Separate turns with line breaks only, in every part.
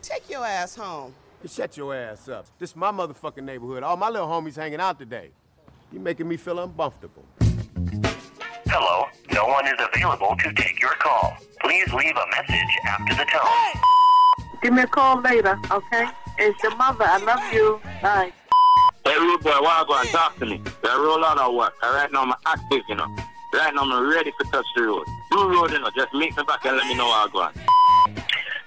Take your ass home.
Hey, Shut your ass up. This is my motherfucking neighborhood. All my little homies hanging out today. You making me feel uncomfortable.
Hello, no one is available to take your call. Please leave a message after the tone.
Give me a call later, okay? It's your mother. I love you. Bye.
Hey, rude boy, why you go and talk to me? I roll out of work. And right now, I'm active, you know. Right now, I'm ready to touch the road. Do road, you know. Just meet me back and let me know how I go on.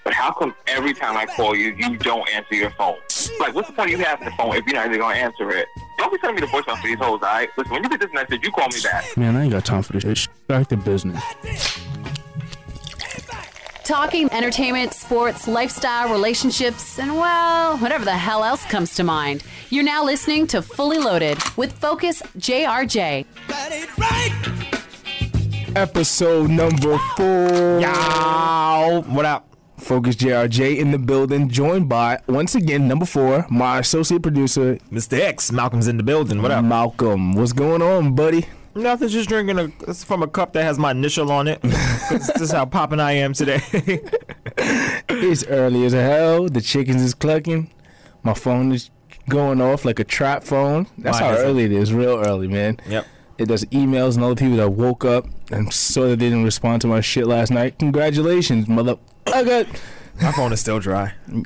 But how come every time I call you, you don't answer your phone? Like, what's the point of you having the phone if you're not even gonna answer it? Don't be sending me the voicemail for these hoes, alright? Listen, when you get this message, you call me back.
Man, I ain't got time for this shit. Back to business.
Talking entertainment, sports, lifestyle, relationships, and well, whatever the hell else comes to mind. You're now listening to Fully Loaded with Focus JRJ.
That ain't right.
Episode number four. Yow. What up? Focus JRJ in the building, joined by once again number four, my associate producer
Mr. X, Malcolm's in the building. What up?
Malcolm. What's going on, buddy?
Nothing's just drinking a, it's from a cup that has my initial on it. this is how popping I am today.
It's early as hell. The chickens is clucking. My phone is going off like a trap phone. That's
Mine
how
isn't.
early it is. Real early, man.
Yep.
It does emails and all the people that woke up and saw that they didn't respond to my shit last night. Congratulations, mother. I got.
my phone is still dry. I'm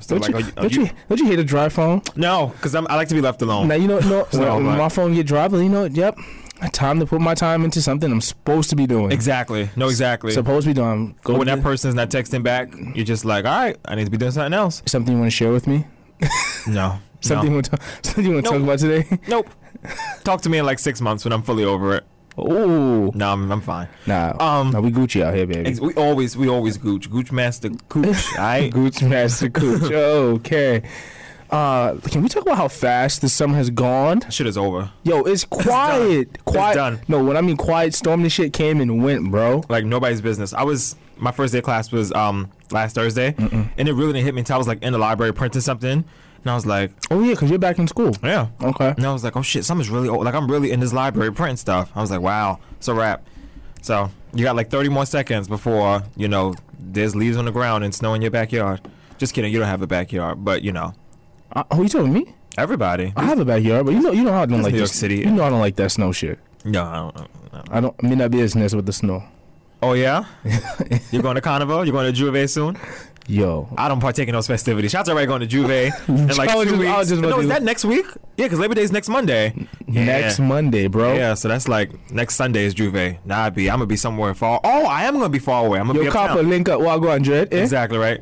still
Don't you,
like, oh,
don't, you, don't you hate a dry phone?
No, because I like to be left alone.
Now you know, no,
So,
when
right.
my phone get dry, but you know, what? yep, time to put my time into something I'm supposed to be doing.
Exactly. No, exactly.
Supposed to be doing. Go
But when
to-
that person's not texting back, you're just like, all right, I need to be doing something else.
something you want to share with me?
No.
Something
No.
you want to something you want to
Nope.
talk about today?
Nope. Talk to me in like six months when I'm fully over it.
Ooh,
No, I'm, I'm fine.
nah,
Um,
nah, we Gucci out here, baby.
Ex- We always, we always gooch. Gooch master gooch. All right.
Gucci Master Gucci. okay. Uh, can we talk about how fast the summer has gone?
Shit is over.
Yo, it's quiet, quiet.
done.
No, when I mean quiet storm, this shit came and went, bro.
like nobody's business. I was my first day of class was um last Thursday, and it really didn't hit me until I was like in the library printing something, and I was like,
Oh yeah, cause you're back in school.
yeah,
Okay.
and I was like, oh shit, something's really old. like I'm really in this library printing stuff. I was like, wow, it's a wrap. So you got like 30 more seconds before you know there's leaves on the ground and snow in your backyard. Just kidding, you don't have a backyard, but you know
Uh, oh, you telling me?
everybody.
I have a backyard, but you know, you know how I don't like
New York
this-
City.
You know I don't like that snow shit.
No, I don't, I don't know.
I don't. I mean, that business with the snow.
Oh yeah, you're going to carnival. You're going to Juve soon.
Yo,
I don't partake in those festivities. Shots already going to Juve in like
I
two
was just- I
weeks.
was just about
no,
to-
is that next week? Yeah, because Labor Day is next Monday. Yeah.
next Monday, bro.
Yeah, so that's like next Sunday is Juve. Nah, I'd be I'm gonna be somewhere far. Oh, I am gonna be far away. I'm gonna
Yo,
be
copper,
uptown.
link up. Well, go on, Dread. Eh?
Exactly right.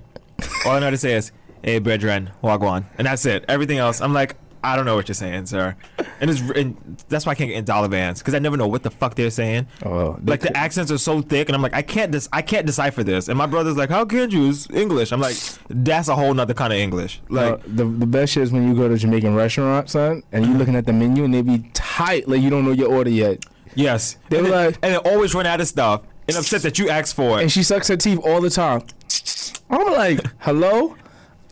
All I know to say is, "Hey, brethren, wagwan," and that's it. Everything else, I'm like, I don't know what you're saying, sir. And it's and that's why I can't get in dollar vans because I never know what the fuck they're saying.
Oh, they
like
could-
the accents are so thick, and I'm like, I can't dis- I can't decipher this. And my brother's like, How can you? It's English. I'm like, That's a whole nother kind of English. Like. Uh-huh.
Yo, the the best shit is when you go to Jamaican restaurant, son, and you looking at the menu and they be tight, like you don't know your order yet.
Yes.
They
and
were
then-
like-
and they always run out of stuff and upset that you asked for it.
And
And,
she sucks her teeth all the time. I'm like, hello,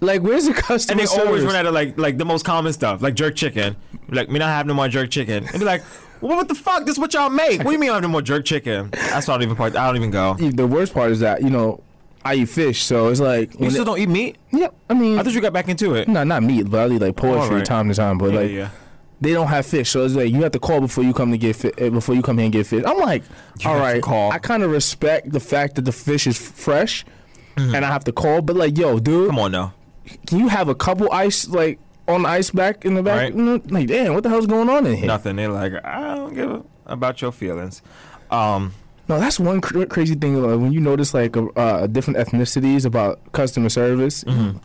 like where's the customer
they
service?
always run out of like like the most common stuff, like jerk chicken. Like, me not have no more jerk chicken. And be like, well, what the fuck? This what y'all make. What do you mean I have no more jerk chicken? That's why I don't even part I don't even go.
the worst part is that you know I eat fish, so it's like
You
when
still
it-
don't eat meat?
yeah, I mean,
I thought you got back into it.
no, not meat, but I eat like poetry
Alright.
time to time, but
Yeah,
like.
yeah.
They don't have fish, so it's like you have to call before you come to get fi- eh, before you come here and get fish. I'm like, all
have to
right,
call.
I kind of respect the fact that the fish is fresh, and I have to call. But like, yo, dude,
Mm-hmm. Come on now.
can you have a couple ice like on the ice back in the back?
Right.
Mm, Like, damn, what the hell's going on in here?
Nothing. They're like, I don't give a about your feelings. Um
No, that's one cr- crazy thing uh, when you notice like a, uh, different ethnicities about customer service.
Mm-hmm.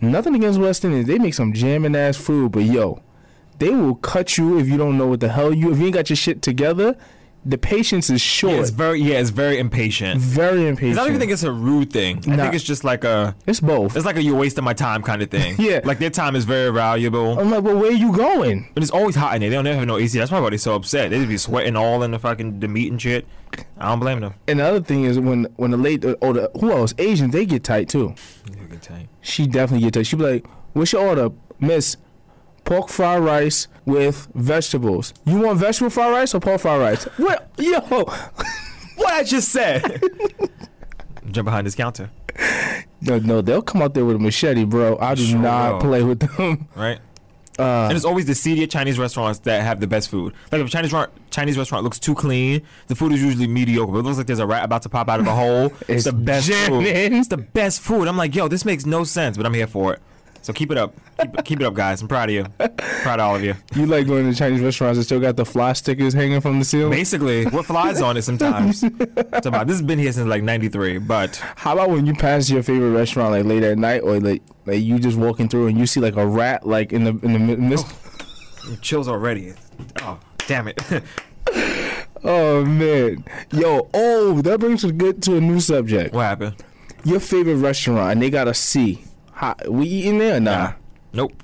Nothing against West Indians, they make some jamming ass food, but yo, they will cut you if you don't know what the hell you if you ain't got your shit together. The patience is short.
it's very yeah, it's very impatient.
very impatient.
'Cause I don't even think it's a rude thing. I
Nah.
think it's just like a
it's both.
It's like a you're wasting my time kind of thing.
Yeah.
Like their time is very valuable.
I'm like, well, where you going?
But it's always hot in there. They don't ever have no AC. That's probably why they're so upset. They just be sweating all in the fucking the meat and shit. I don't blame them.
And the other thing is when when the late or the who else Asians they get tight too. she definitely get touched. She be like, "What's your order, Miss? Pork fried rice with vegetables. You want vegetable fried rice or pork fried rice? What? Yo,
What I just said. Jump behind this counter.
No, no, they'll come out there with a machete, bro. I do
Sure
not
will.
play with them.
right? and it's always the seedier Chinese restaurants that have the best food. Like if a Chinese ro- Chinese restaurant looks too clean, the food is usually mediocre. But it looks like there's a rat about to pop out of a hole.
It's
it's the best food.
jamming.
It's the best food. I'm like, yo, this makes no sense, but I'm here for it. So keep it up, keep, keep it up, guys. I'm proud of you. Proud of all of you.
You like going to Chinese restaurants that still got the fly stickers hanging from the ceiling?
Basically, what flies on it sometimes. It's about- this has been here since like '93, but
How about when you pass your favorite restaurant like late at night, or like like you just walking through and you see like a rat like in the in the mi- midst?
chills already. Oh, damn it.
Oh man, yo, oh that brings us good to a new subject.
what happened?
Your favorite restaurant and they got a C. How, we eating there or nah?
Nah. Nope.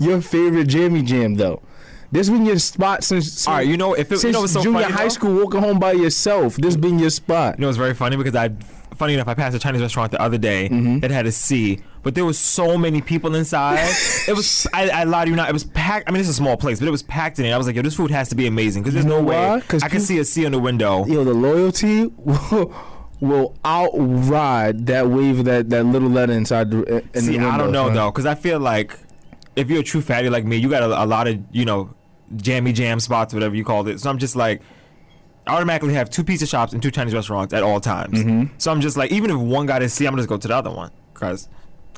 Your favorite jammy jam though. This been your spot since. since
All right, you know if it,
since
you know what's so
junior
funny,
high
though?
school, walking home by yourself. This been your spot.
You know, it's very funny because I, funny enough, I passed a Chinese restaurant the other day
Mm-hmm.
that had a C, but there was so many people inside. it was, I, I lied to you not, it was packed. I mean, it's a small place, but it was packed in it. I was like, yo, this food has to be amazing because there's
know
no
why?
way
'Cause
I can
peop-
see a C on the window.
yo, the loyalty will, will outride that wave that that little letter inside the. In the
See, I
window,
don't know
son.
though, because I feel like if you're a true fatty like me, you got a, a lot of you know jammy jam spots, whatever you called it. So I'm just like, I automatically have two pizza shops and two Chinese restaurants at all times.
Mm-hmm.
So I'm just like, even if one got a C, I'm gonna just go to the other one because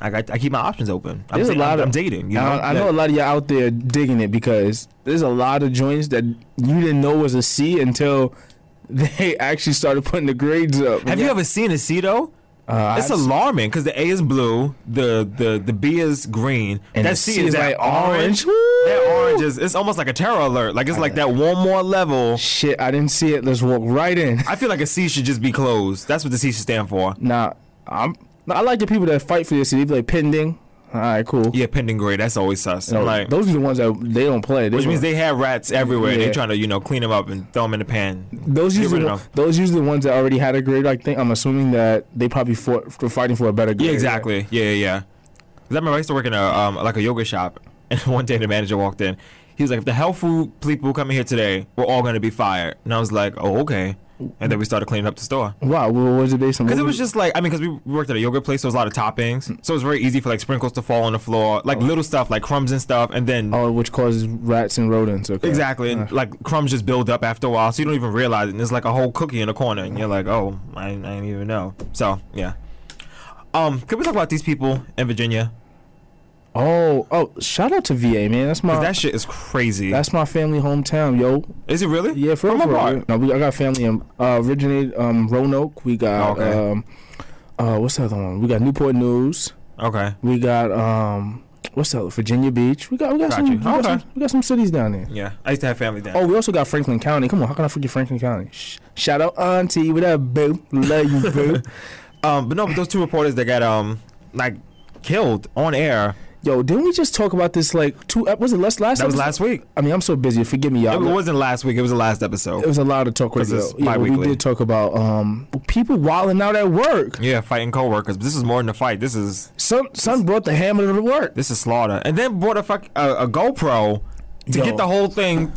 I got I keep my options open. I'm
There's a
da-
lot
I'm,
of
I'm dating. You know,
I, I know a lot of y'all out there digging it because there's a lot of joints that you didn't know was a C until they actually started putting the grades up.
Have you ever seen a C though?
Uh,
it's
I've s-
alarming because the A is blue, the the the B is green,
And the
that
C
C
is,
is
like,
that
orange.
orange. That orange is it's almost like a terror alert. Like it's like that one more level.
Shit, I didn't see it. Let's walk right in.
I feel like a C should just be closed. That's what the C should stand for.
Nah, I'm. I like the people that fight for this. They be like pending. All right, cool.
Yeah, pending grade. That's always sus.
No,
I'm like,
those are the ones that they don't play. They
which means
don't-
they have rats everywhere. and
Yeah.
They're trying to, you know, clean them up and throw them in the pan.
those
get
usually
rid
the-
of them.
those usually the ones that already had a grade. I think I'm assuming that they probably fought for fighting for a better grade.
Yeah, exactly. Yeah, yeah, yeah. 'Cause I remember I used to work in a um, like a yoga shop, and one day the manager walked in. He was like, "If the health food people come in here today, we're all going to be fired." And I was like, "Oh, okay." And then we started cleaning up the store.
Wow, what was it based on?
Because
What
it was
was-
just like, I mean, because we worked at a yogurt place, so it was a lot of toppings. So it was very easy for like sprinkles to fall on the floor, like little stuff, like crumbs and stuff. And then
oh, which causes rats and rodents. Okay. Uh,
Exactly, and like crumbs just build up after a while, so you don't even realize it. And there's like a whole cookie in the corner, and you're like, "Oh, I, I didn't even know." So yeah. Um, could we talk about these people in Virginia?
Oh, oh, shout out to VA, man. That's my
'Cause that shit is crazy.
that's my family hometown, yo.
is it really?
Yeah, for
From
real, for real.
abroad.
No, we, I got family in uh, originated um, Roanoke. We got
Oh, okay.
um, uh, what's the other one? We got Newport News.
Okay.
We got um, what's the other? Virginia Beach. We got we got,
Got
some, we,
you.
got
Okay.
some, we got some cities down there.
Yeah, I used to have family down.
Oh, we also got Franklin County. Come on, how can I forget Franklin County? Sh- shout out auntie, what up, boo? Love you, boo.
Um, but no, but those two reporters that got um like killed on air.
Yo, didn't we just talk about this like two? ep- Was it last last?
That was
episode?
last week.
I mean, I'm so busy. Forgive me,
It
y'all.
wasn't last week. It was the last
It
episode.
was a lot of talk right
'Cause
there.
it's
Yeah, we
bi-weekly.
did talk about um people wilding out at work.
Yeah, fighting coworkers. But this is more than a fight. This is
Some son brought the hammer to work.
this is slaughter. And then bought a fuck a, a GoPro to
Yo.
get the whole thing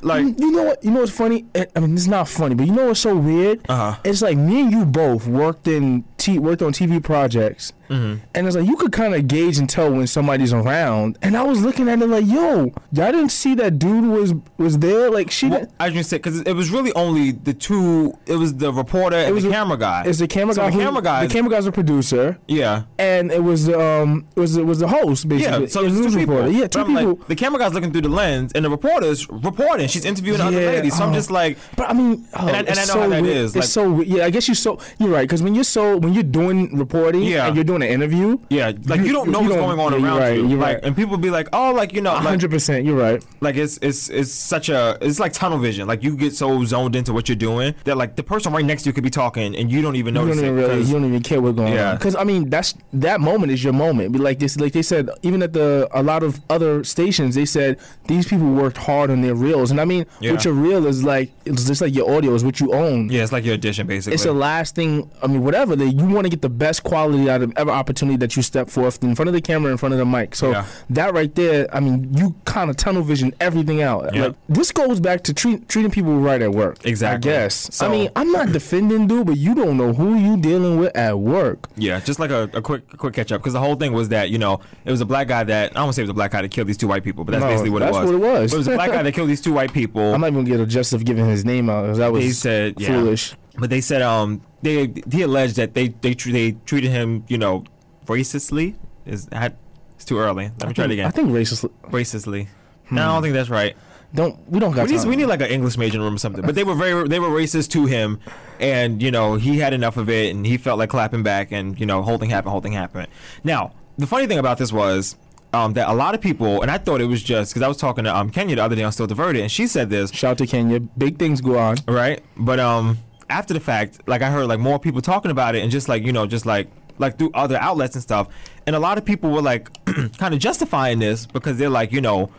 like.
You know what? You know what's funny? Eh, I mean, it's not funny, but you know what's so weird?
Uh-huh.
It's like me and you both worked in t- worked on TV projects,
Mm-hmm.
and it's like you could kind of gauge and tell when somebody's around. And I was looking at it like, yo, y'all didn't see that dude was was there? Like she.
Well,
didn't-
I just said because it was really only the two. It was the reporter and
was
the
a-
camera guy.
It's the camera
So
guy.
The
who-
camera guy.
The camera guy's a producer.
yeah.
And it was um it was it was the host basically.
Yeah, so
It was
it's
a
two
news
people.
reporter. Yeah, two
But I'm like,
people.
the camera guy's looking through the lens, and the reporter's reporting. She's interviewing the other
Yeah,
ladies. So
oh.
I'm just like,
But I mean, oh,
And I- and
it's
I know
so
how that
weird. It's
is, like-
so we- yeah. I guess you so you're right because when you're so when you're doing reporting
Yeah.
and you're doing an interview,
yeah, like you, don't know what's going on
yeah,
around
you're right,
you.
You're
like,
right.
and people be like, oh, like you know, like,
hundred percent. You're right.
like it's it's it's such a it's like tunnel vision. Like you get so zoned into what you're doing that like the person right next to you could be talking and you don't even
You
notice
don't even
it.
really,
'cause-
you don't even care what's going on
Yeah.
because I mean that's that moment is your moment. But like this, like they said, even at the a lot of other stations, they said these people worked hard on their reels, and I mean,
Yeah.
what your reel is like, it's just like your audio is what you own.
yeah, it's like your addition basically.
It's the last thing. I mean, whatever that you want to get the best quality out of ever an opportunity that you step forth in front of the camera, in front of the mic. So
Yeah.
that right there, I mean, you kind of tunnel vision everything out.
Yeah.
Like this goes back to treat, treating people right at work.
Exactly.
I guess.
So-
I mean, I'm not defending dude, but you don't know who you dealing with at work.
Yeah, just like a, a quick quick catch up because the whole thing was that you know it was a black guy that I don't want to say it was a black guy that killed these two white people, but that's
No,
basically what
that's
it was.
what it was.
But it was a black guy that killed these two white people.
I'm not even gonna get a justice of giving his name out 'cause that was
they said yeah.
foolish.
But they said um they he alleged that they they tr- they treated him you know racistly is I- it's too early. Let me try it again.
I think Hmm. racist.
racistly. No, I don't think that's right.
Don't we don't got
We need,
time.
we need like an English major in the room or something. But they were very they were racist to him, and you know he had enough of it, and he felt like clapping back, and you know holding happened, holding happened. Now the funny thing about this was. Um, that a lot of people, and I thought it was just because I was talking to um, Kenya the other day on Still Diverted, and she said this,
Shout out to Kenya. Big things go on.
right? But um, after the fact, like I heard like more people talking about it, and just like you know, just like like through other outlets and stuff, and a lot of people were like kind of justifying this because they're like you know,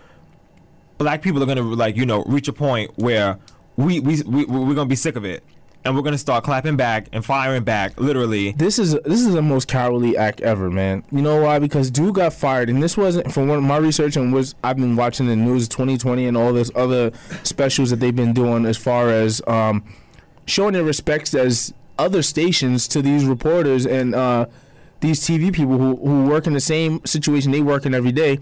black people are gonna like you know reach a point where we we we we're gonna be sick of it, and we're gonna start clapping back and firing back, literally.
This is this is the most cowardly act ever, man. You know why? Because dude got fired, and this wasn't from what my research and was I've been watching the news 2020 and all this other specials that they've been doing as far as um, showing their respects as other stations to these reporters and uh, these TV people who who work in the same situation they work in every day.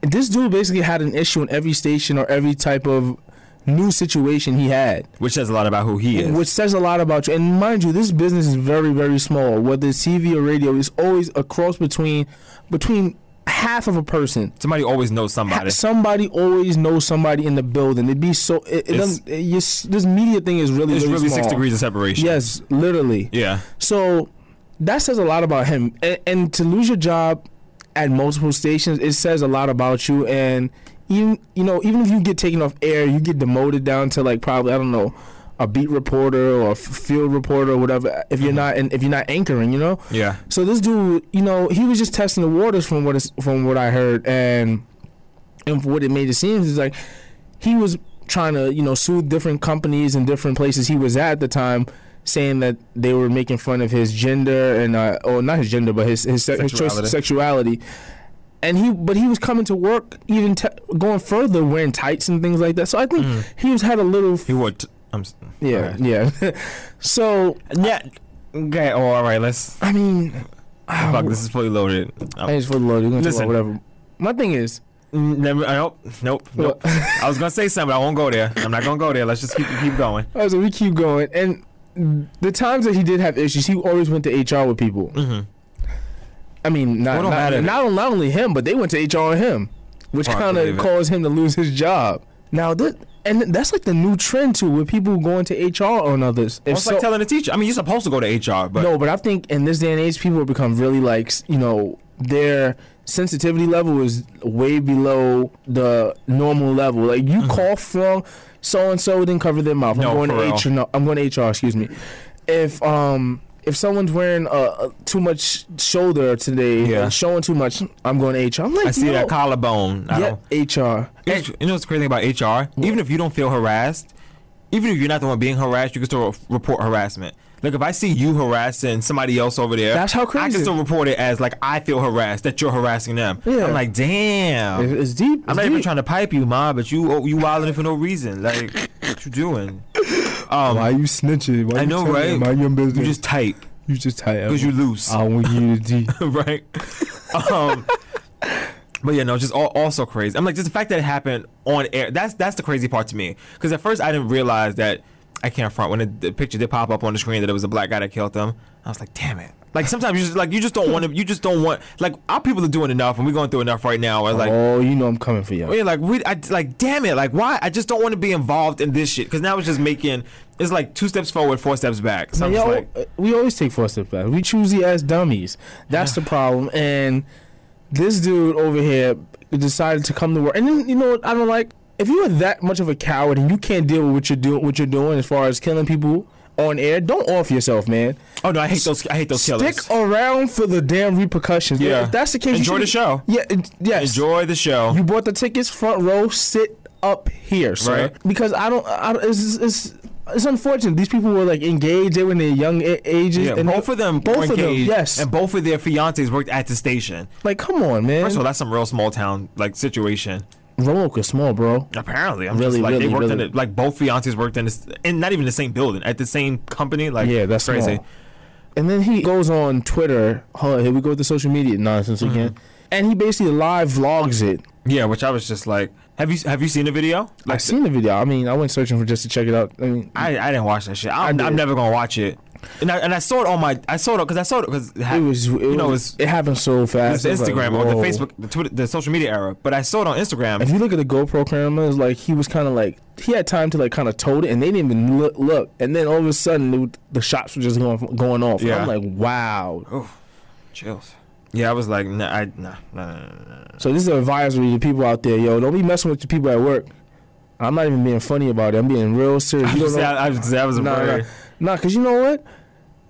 This dude basically had an issue in every station or every type of new situation he had
Which says a lot about who he is.
which says a lot about you. And mind you, this business is very, very small. Whether it's TV or radio, it's always a cross between between half of a person.
Somebody always knows somebody.
Somebody always knows somebody in the building. It'd be so. It, it
It's-
doesn't, it, yes, this media thing is really,
It's
really,
really six
small.
degrees of separation.
Yes, literally.
Yeah.
So that says a lot about him. And, and to lose your job at multiple stations, it says a lot about you. And even you know, even if you get taken off air, you get demoted down to like probably I don't know, a beat reporter or a f- field reporter or whatever. If you're not and if you're not anchoring, you know.
Mm-hmm. Yeah.
So this dude, you know, he was just testing the waters from what is from what I heard and and for what it made it seem is like he was trying to you know sue different companies and different places he was at at the time saying that they were making fun of his gender and uh or not his gender but his his, se- his choice
Sexuality.
sexuality and he but he was coming to work even te- going further wearing tights and things like that so i think he was had a little
Mm. He would. I'm. s-
yeah
okay.
yeah so
Yeah. Okay. Oh, all right. Let's.
i mean
Fuck. This is fully loaded. I'm-
thanks for the load you're gonna talk
Oh. Listen.
about whatever my thing is
Mm, Never, I nope, nope, nope. I was gonna say something. but I won't go there. I'm not gonna go there. Let's just keep keep going.
All right, so we keep going, and the times that he did have issues, he always went to HR with people. Mm-hmm. I mean,
Well, it
not
don't matter.
not, not not only him, but they went to HR on him, which
Hard to
kind of
believe it.
caused him to lose his job. Now that and that's like the new trend too, with people going to HR on others. If
It's like telling the teacher. I mean, you're supposed to go to HR, but
no, but I think in this day and age, people have become really like s- you know their sensitivity level is way below the normal level. Like you call from so and so didn't cover their mouth.
Mm-hmm. No,
I'm going
for real.
to HR. No, I'm going to HR. Excuse me. If um if someone's wearing uh, uh, too much shoulder today
Yeah.
and showing too much, I'm going to HR. I'm like,
I see that
no.
collarbone. I
Yeah,
don't.
HR.
H- you know what's crazy about HR? Even if you don't feel harassed, even if you're not the one being harassed, you can still report harassment. Like if I see you harassing somebody else over there,
That's how
I can
crazy.
still report it as like I feel harassed that you're harassing them.
Yeah.
I'm like, damn.
It- It's deep. It's
I'm not even
deep.
trying to pipe you, ma, but you oh, you wilding for no reason. Like what you doing? Um,
Why you snitching? Why
I
you
know,
telling me
right?
My young business.
You just tight
you just tired.
because you loose.
I want you to D.
right? Um, but yeah, no, just all, also crazy. I'm like, just the fact that it happened on air. That's that's the crazy part to me. Because at first I didn't realize that I can't front when it, the picture did pop up on the screen that it was a black guy that killed them. I was like, damn it. Like sometimes you just like you just don't want to. You just don't want like our people are doing enough and we're going through enough right now. I was like.
oh, you know I'm coming for you.
Yeah, like we, I like, damn it, like why? I just don't want to be involved in this shit because now it's just making it's like two steps forward, four steps back. So I'm
Yeah,
just
al-
like,
uh, we always take four steps back. We choosy as dummies. That's the problem. And this dude over here decided to come to work. And then you know what I don't like? If you are that much of a coward and you can't deal with what you're doing, what you're doing as far as killing people on air, don't off yourself, man.
oh no, I hate those, I hate those killers.
Stick around for the damn repercussions. man.
Yeah.
If that's the case, you
Enjoy
should-
the show.
Yeah. en- Yes.
Enjoy the show.
You bought the tickets front row. Sit up here, sir.
Right.
Because I don't. I, don't- it's, it's, it's- it's unfortunate. These people were like engaged. They were in their young a- ages.
Yeah,
and
both
they-
of them
Both
were
of them.
engaged,
Yes.
and both of their fiancés worked at the station.
like, come on, man.
First of all, that's some real small town like situation.
Roanoke is small, bro.
Apparently, I'm
Really,
just like
really,
they worked
really.
in it. Like both fiancés worked in this, and not even the same building at the same company. Like
Yeah, that's
crazy.
small. And then he goes on Twitter. Hold on, here we go with the social media nonsense
Mm-hmm.
again. And he basically live vlogs it.
Yeah, which I was just like, have you have you seen the video? Like
I've seen the video. I mean, I went searching for just to check it out. I mean,
I, I didn't watch that shit. I'm,
I did.
I'm never gonna watch it. And I, and I saw it on my I saw it because I saw it because it, ha-
it was it,
you know it
was,
was,
it happened so
it
fast.
was
It's like,
Instagram or the
whoa.
Facebook the Twitter the social media era. But I saw it on Instagram.
If you look at the GoPro camera, it's like he was kind of like he had time to like kind of tote it, and they didn't even look. look. And then all of a sudden, the, the shots were just going going off. And I'm
Yeah. Oh.
like, wow.
Chills. Yeah, I was like, nah, I, nah, nah, nah, nah, nah.
So this is an advisory to people out there, yo. Don't be messing with the people at work. I'm not even being funny about it. I'm being real serious.
I
You
was,
don't know-
I, was, I was
No, no,
very-
no. no, because you know what?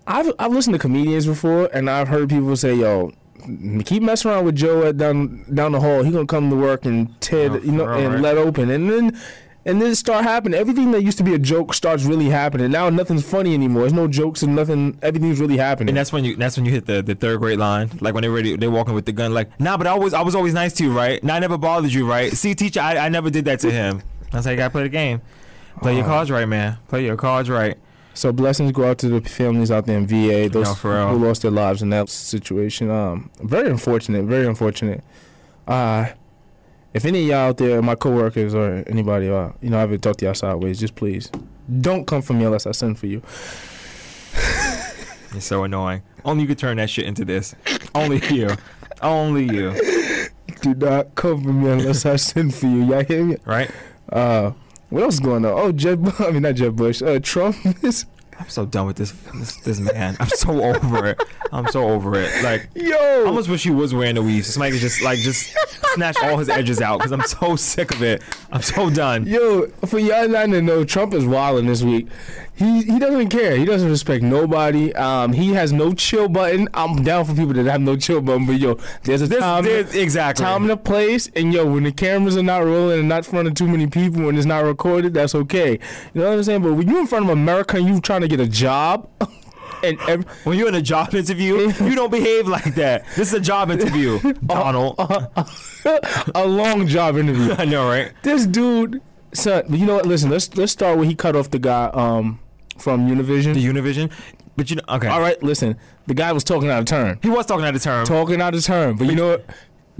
I've I've listened to comedians before, and I've heard people say, "Yo, m- keep messing around with Joe at down down the hall. He gonna come to work and tear,
Oh,
the- you know,
for real,
and
right?
let open." And then and then it start happening. Everything that used to be a joke starts really happening. Now nothing's funny anymore. There's no jokes and nothing. Everything's really happening.
And that's when you that's when you hit the, the third grade line, like when they already they're walking with the gun, like nah, but I was I was always nice to you, right? Nah, I never bothered you, right? See, teacher, I, I never did that to him. That's how you gotta play the game. Play your cards right, man. Play your cards right.
so blessings go out to the families out there in VA. Those
No, for real.
who lost their lives in that situation. Um, very unfortunate. Very unfortunate. Uh if any of y'all out there, my coworkers or anybody, uh, you know, I haven't talked to y'all sideways. Just please, don't come for me unless I send for you.
It's so annoying. Only you could turn that shit into this. Only you. Only you.
Do not come for me unless I send for you. Y'all hear me?
Right?
Uh, what else is going on? Oh, Jeb. I mean, not Jeb Bush. Uh, Trump is.
I'm so done with this this, this man. I'm so over it. I'm so over it. Like I
Yo.
almost wish he was wearing the weave. Somebody could just like just snatch all his edges out because I'm so sick of it. I'm so done.
Yo, for y'all not to know, Trump is wilding this week. He he doesn't care. He doesn't respect nobody. Um, he has no chill button. I'm down for people that have no chill button, but yo, there's a
This,
time.
this, exactly.
time and a place, and yo, when the cameras are not rolling and not in front of too many people and it's not recorded, that's okay. You know what I'm saying? But when you in front of America and you trying to get a job, and every,
When you're in a job interview, you don't behave like that. This is a job interview,
Uh,
Donald.
a long job interview,
I know, right?
this dude, son. But you know what? Listen, let's let's start where he cut off the guy um from Univision.
The Univision, but you know, okay.
All right, listen, the guy was talking out of turn,
He was talking out of turn.
talking out of turn. But you know what?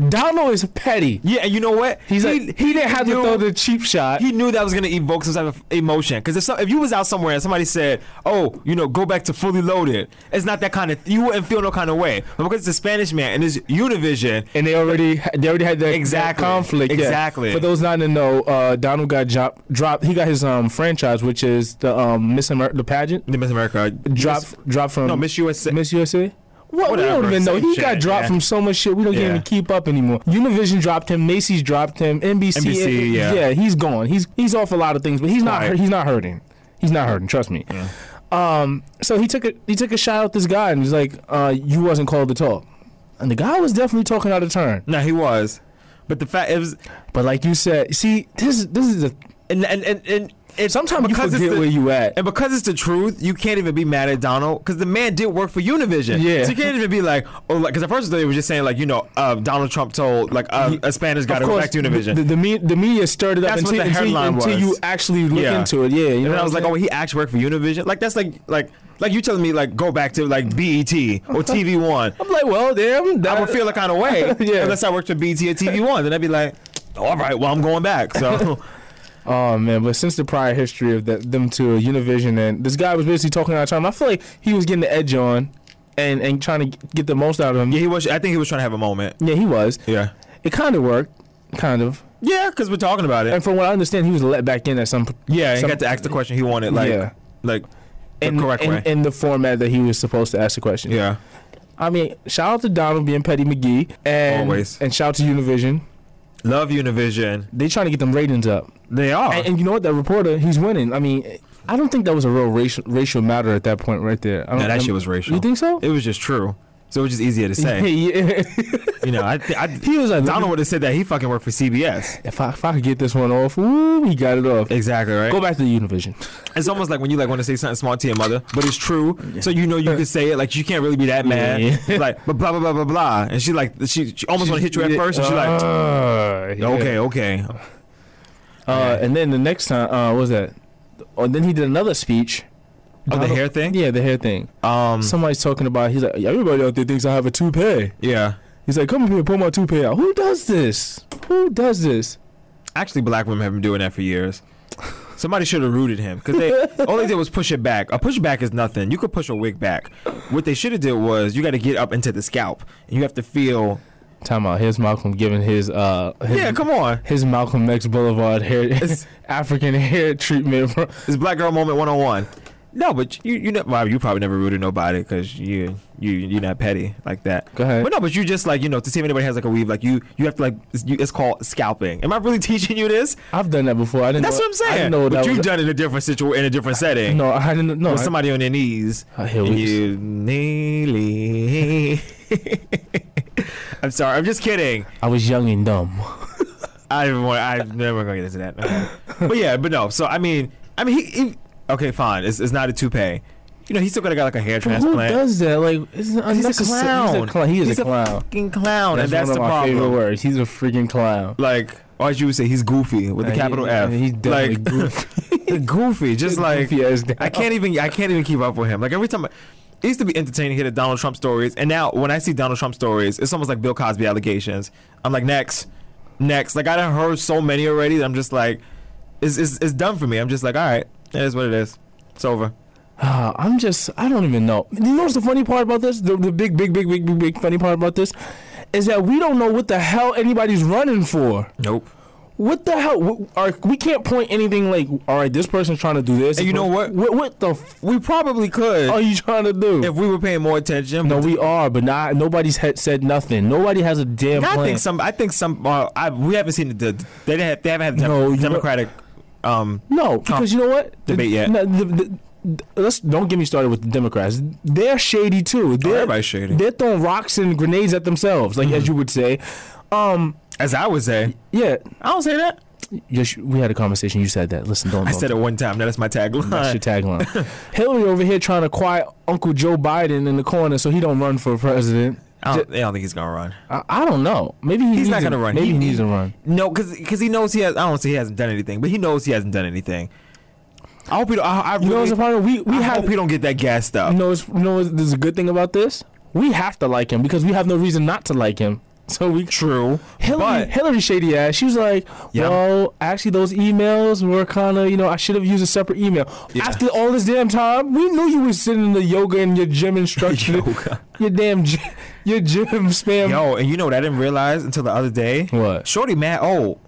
Donald is petty.
yeah, and you know what?
He's like he, didn't have to
knew-
throw the cheap shot.
He knew that was gonna evoke some type of emotion. Cause if some, if you was out somewhere and somebody said, "Oh, you know, go back to fully loaded," it's not that kind of. You wouldn't feel no kind of way. But because it's a Spanish man and it's Univision,
and they already they already had that that
Exactly.
conflict. yeah.
Exactly.
For those not to know, uh, Donald got drop, dropped. He got his um franchise, which is the um Miss Amer- the pageant
the Miss America
dropped
Miss-
dropped from
No, Miss USA.
Miss USA. What we
Whatever,
don't even know.
same
He got
shit,
dropped
yeah.
from so much shit. We don't
Yeah.
even keep up anymore. Univision dropped him. Macy's dropped him. NBC.
NBC, yeah.
he's gone. He's he's off a lot of things, but he's not
Quiet.
hurt, he's not hurting. He's not hurting. Trust me. Um. So he took a he took a shot at this guy and he's like, uh, "You wasn't called to talk," and the guy was definitely talking out of turn.
No, he was. But the fact it was,
But like you said, see, this this is a
and and and, and it,
sometimes you
because it's
forget
the-
where you at.
And because it's the truth, you can't even be mad at Donald because the man did work for Univision.
Yeah.
So you can't even be like, oh, like, because at first they were just saying, like, you know, uh, Donald Trump told, like, uh, a Spanish guy
Of
to go
course,
back to Univision.
The, the, me- the media stirred it up
That's what
until,
the
until, you-
headline
until
was.
you actually look
Yeah.
into it. Yeah, you know.
and then
what
I was
I'm
like, oh, he actually worked for Univision? Like, that's like, like, like you telling me, like, go back to, like, BET or TV1.
saying? I'm like, well, damn,
I
that,
would feel a kind of way
Yeah.
unless I worked for BET or TV1. Then I'd be like, all right, well, I'm going back. So,
Oh man, but since the prior history of that, them two, Univision, and this guy was basically talking out of time. I feel like he was getting the edge on, and and trying to get the most out of him.
yeah, he was, I think he was trying to have a moment.
yeah he was.
Yeah.
It kind of worked, kind of.
Yeah, because we're talking about it.
And from what I understand, he was let back in at some.
Yeah, he
some-
got to ask the question he wanted, like,
Yeah.
like, the
in,
correct
in,
way.
in the format that he was supposed to ask the question.
yeah.
I mean, shout out to Donald being Petty McGee and
Always.
and shout out to Univision.
Love Univision.
They trying to get them ratings up.
They are.
And, and you know what? That reporter, he's winning. I mean, I don't think that was a real racial racial matter at that point, right there. I don't,
no, that
I'm-
shit was racial.
You think so?
It was just true. So it was just easier to say. You know, I, th- I he was like, Donald would have said that he fucking worked for CBS.
If I, if I could get this one off, ooh, he got it off.
Exactly right.
Go back to the Univision.
It's almost like when you like want to say something smart to your mother, but it's true, so you know you can say it. Like you can't really be that mad.
Yeah.
Like but blah blah blah blah blah, and she like she, she almost want to hit you at first, and she like
Uh, yeah.
okay okay. Oh,
Uh, and then the next time, uh, what was that? Oh, then he did another speech.
Oh, the
Donald-
hair thing.
Yeah, the hair thing.
Um.
Somebody's talking about. He's like, everybody out there thinks I have a toupee.
Yeah.
He's like, come here, pull my toupee out. Who does this? Who does this?
Actually, black women have been doing that for years. Somebody should have rooted him because they all they did was push it back. A push back is nothing. You could push a wig back. What they should have did was you got to get up into the scalp and you have to feel.
Time out. Here's Malcolm giving his uh. His,
Yeah, come on.
His Malcolm X Boulevard hair,
It's-
African hair treatment. From,
It's Black Girl Moment 101. No, but you you know, well, you probably never rooted nobody because you you you're not petty like that.
Go ahead.
But no, but you just like you know to see if anybody has like a weave like you you have to like it's, you, it's called scalping. Am I really teaching you this?
I've done that before. I didn't.
That's
know,
what I'm saying.
I didn't know
but
that
you've
was,
done it in a different situ in a different setting.
No, I didn't. No,
with
I-
somebody on their knees.
I hear
and
what you-
you nearly. I'm sorry. I'm just kidding.
I was young and dumb.
I don't want. I'm never gonna get into that. Okay. but yeah, but no. So I mean, I mean, he. he okay, fine. It's, it's not a toupee. You know, he still could have got like a hair
Who
transplant.
does that? Like, it's
He's a
unnecessary-
clown.
He's a clown. He is
He's
a clown.
fucking clown, and that's
one
the
of my favorite
problem.
words. He's a freaking clown.
Like, or as you would say, he's goofy with the
Like,
capital
he-
F.
he's definitely
like goofy. goofy, just like
goofy as
I can't even I can't even keep up with him. Like every time. I, it used to be entertaining here the Donald Trump stories, and now when I see Donald Trump stories, it's almost like Bill Cosby allegations. I'm like, next, next. Like I done heard so many already that I'm just like, it's it's, it's done for me. I'm just like, all right, it is what it is. It's over.
Uh, I'm just, I don't even know. You know what's the funny part about this? The, the big, big, big, big, big, big funny part about this is that we don't know what the hell anybody's running for.
Nope.
What the hell? We, are, we can't point anything like, all right, this person's trying to do this.
And you know what?
What, what the f-
We probably could
are you trying to do?
if we were paying more attention.
Oh, no,
but
we are, but not, nobody's had said nothing. Nobody has a damn
I
plan.
think some. I think some. Uh, I, we haven't seen the. the- They didn't have. They haven't had the
No, you-
Democratic. Um,
No, because you know what?
Debate yet.
No, the- the- the- let's don't get me started with the Democrats. They're shady too. They're,
Oh, everybody's shady. Mm-hmm.
They're throwing rocks and grenades at themselves, like as you would say. Um,
as I would say,
yeah,
I don't say that.
yes, we had a conversation. You said that. Listen, don't.
I
don't-
said it one time. Now that's my tagline.
That's your tagline. Hillary over here trying to quiet Uncle Joe Biden in the corner so he don't run for president.
I don't, I don't think he's gonna run.
I, I don't know. Maybe he
He's
needs
not
to-
gonna run.
Maybe he,
He-
needs to run.
No, because he knows he has. I don't say he hasn't done anything, but he knows he hasn't done anything. I hope he. Don't, I, I really,
You know what's the problem? We we
I
have
hope he don't get that gassed up.
You know, it's, you know what- there's a good thing about this? We have to like him because we have no reason not to like him. So we
True,
Hillary,
but
Hillary shady ass. She was like,
Yeah.
"Well, actually, those emails were kind of, you know, I should have used a separate email."
Yeah.
After all this damn time, we knew you was sending the yoga and your gym instruction,
Yoga.
your damn, gy- your gym spam.
yo, and you know what I didn't realize until the other day.
What?
Shorty, mad old.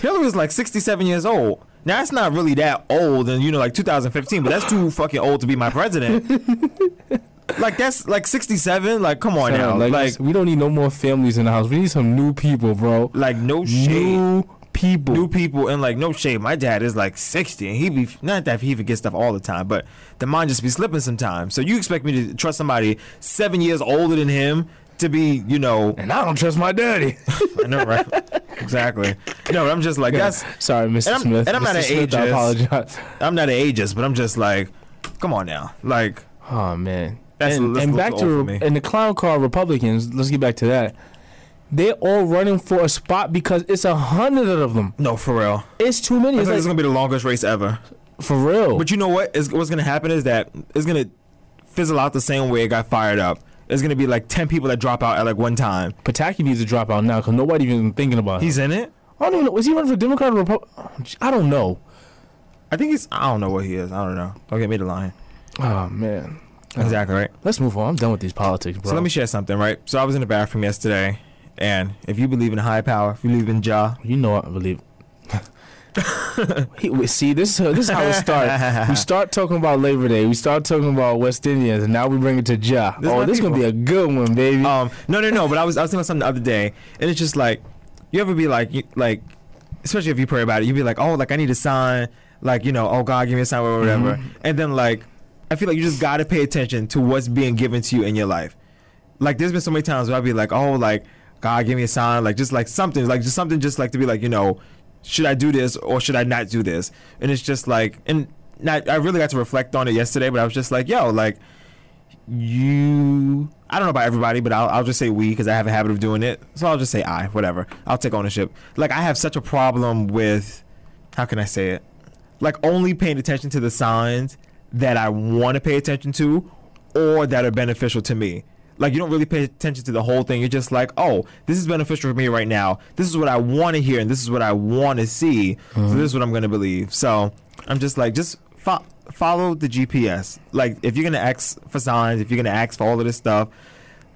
Hillary's like sixty-seven years old. Now it's not really that old, and you know, like 2015, but that's too fucking old to be my president. like that's like 67. Like, come on
Son,
now,
like,
like,
we don't need no more families in the house. We need some new people, bro.
like no shade.
new people.
new people and like no shade. My dad is like sixty, and he be not that he even gets stuff all the time, but the mind just be slipping sometimes. So you expect me to trust somebody seven years older than him to be, you know,
and I don't trust my daddy.
I know, right? exactly. No, I'm just like that's.
Sorry, Mr.
And I'm-
Smith.
and I'm
Mr.
not an
Smith, I
ageist.
apologize.
I'm not an ageist, but I'm just like, come on now, like
Oh man,
That's-
and,
that's
and
a
back
little
to
old for
re-
me.
and the clown car Republicans. Let's get back to that. They're all running for a spot because it's a hundred of them.
no, for real.
It's too many.
It's
It's
like, it's
like,
gonna be the longest race ever.
for real.
But you know what? Is what's gonna happen is that it's gonna fizzle out the same way it got fired up. There's gonna be like ten people that drop out at like one time.
Pataki needs to drop out now because nobody even thinking about him.
He's in it.
I don't even know. Is he running for Democrat or Republican? I don't know.
I think he's. I don't know what he is. I don't know. Don't get me to lying.
Oh man,
Exactly right.
let's move on. I'm done with these politics, bro.
So let me share something, right? So I was in the bathroom yesterday, and if you believe in high power, if you believe in Jah,
You know, I believe. He- we- See, this is this is how we start. we start talking about Labor Day. We start talking about West Indians, and now we bring it to Ja.
is
oh,
my
this is gonna be
people.
a good one, baby.
um, no, no, no. But I was I was thinking about something the other day, and it's just like, you ever be like, you, like, especially if you pray about it, you'd be like, oh, like I need a sign, like you know, oh God, give me a sign, or whatever. And then like, I feel like you just gotta pay attention to what's being given to you in your life. like there's been so many times where I'd be like, oh, like God, give me a sign, like just like something, like just something, just like to be like, you know, should I do this or should I not do this? And it's just like, and not, I really got to reflect on it yesterday, but I was just like, yo, like you, I don't know about everybody, but I'll, I'll just say we because I have a habit of doing it. So I'll just say I, whatever. I'll take ownership. Like I have such a problem with, how can I say it? Like only paying attention to the signs that I want to pay attention to or that are beneficial to me. Like you don't really pay attention to the whole thing. You're just like, oh, this is beneficial for me right now. This is what I want to hear, and this is what I want to see. So this is what I'm gonna believe. So I'm just like, just fo- follow the GPS. Like if you're gonna ask for signs, if you're gonna ask for all of this stuff,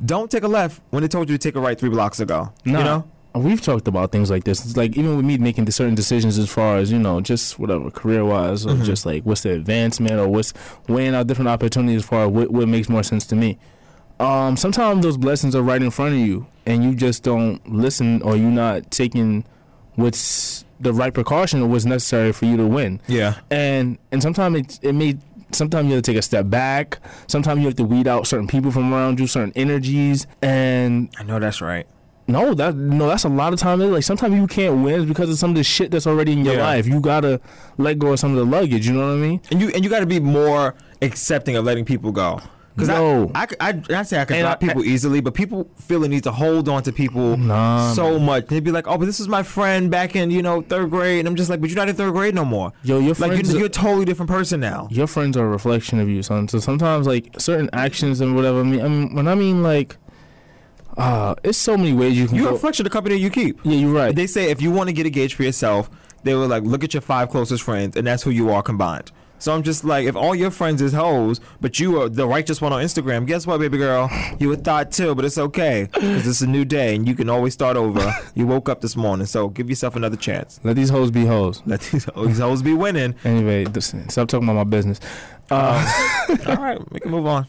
don't take a left when they told you to take a right three blocks ago.
Nah,
You know?
we've talked about things like this. It's like even with me making the certain decisions as far as you know, just whatever career wise,
Mm-hmm.
or just like what's the advancement or what's weighing out different opportunities as far as what, what makes more sense to me. Um, sometimes those blessings are right in front of you, and you just don't listen, or you're not taking what's the right precaution or what's necessary for you to win
Yeah.
and and sometimes it it may sometimes you have to take a step back sometimes you have to weed out certain people from around you certain energies and
I know that's right.
no that no that's a lot of times like sometimes you can't win because of some of the shit that's already in your
Yeah.
life you gotta let go of some of the luggage you know what i mean
and you and you got to be more accepting of letting people go. Because
No.
I, I, could- I, I say I can
And
drop
I-
people easily, but people feel the need to hold on to people
Nah,
so much. They'd be like, "Oh, but this is my friend back in you know third grade," and I'm just like, "But you're not in third grade no more.
Yo, your
like
friends-
you're, you're a totally different person now."
your friends are a reflection of you, son. So sometimes like certain actions and whatever. I mean, I mean when I mean like, uh, it's so many ways you can.
You're a
go.
reflection of the company you keep.
yeah, you're right.
They say if you want to get a gauge for yourself, they were like, look at your five closest friends, and that's who you are combined. So I'm just like, if all your friends is hoes, but you are the righteous one on Instagram, guess what, baby girl? You a thought too, but it's okay because it's a new day and you can always start over. you woke up this morning, so give yourself another chance.
Let these hoes be hoes.
Let these hoes, hoes be winning.
Anyway, listen, stop talking about my business. Uh,
All right, we can move on.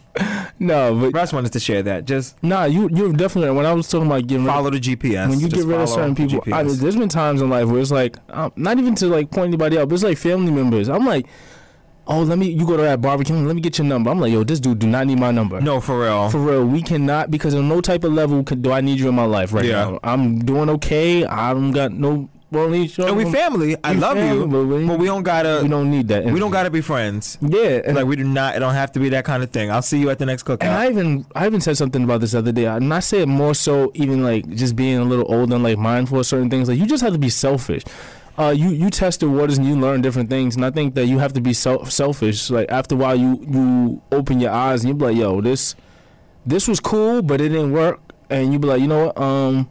No, but
But I just wanted to share that. Just
Nah, you you're definitely right. When I was talking about getting
follow the GPS.
rid, when you
Just
get rid of
follow
certain
the
people, I
GPS.
mean, there's been times in life where it's like, um, not even to like point anybody out, but it's like family members. I'm like, oh, let me you go to that barbecue, let me get your number. I'm like, yo, this dude do not need my number.
no, for real.
For real, we cannot because on no type of level can, do I need you in my life right
Yeah.
now. I'm doing okay. I'm got no. Well, need you.
and we family. I
We
love
family,
you,
but we-
but we don't gotta.
We don't need that.
we don't gotta be friends.
Yeah, and
like we do not. It don't have to be that kind of thing. I'll see you at the next cookout.
And I even I even said something about this the other day, and I say it more so even like just being a little older and like mindful of certain things. Like you just have to be selfish. Uh, you you test the waters and you learn different things, and I think that you have to be self selfish. Like after a while, you you open your eyes and you be like, yo, this this was cool, but it didn't work, and you be like, you know what, um.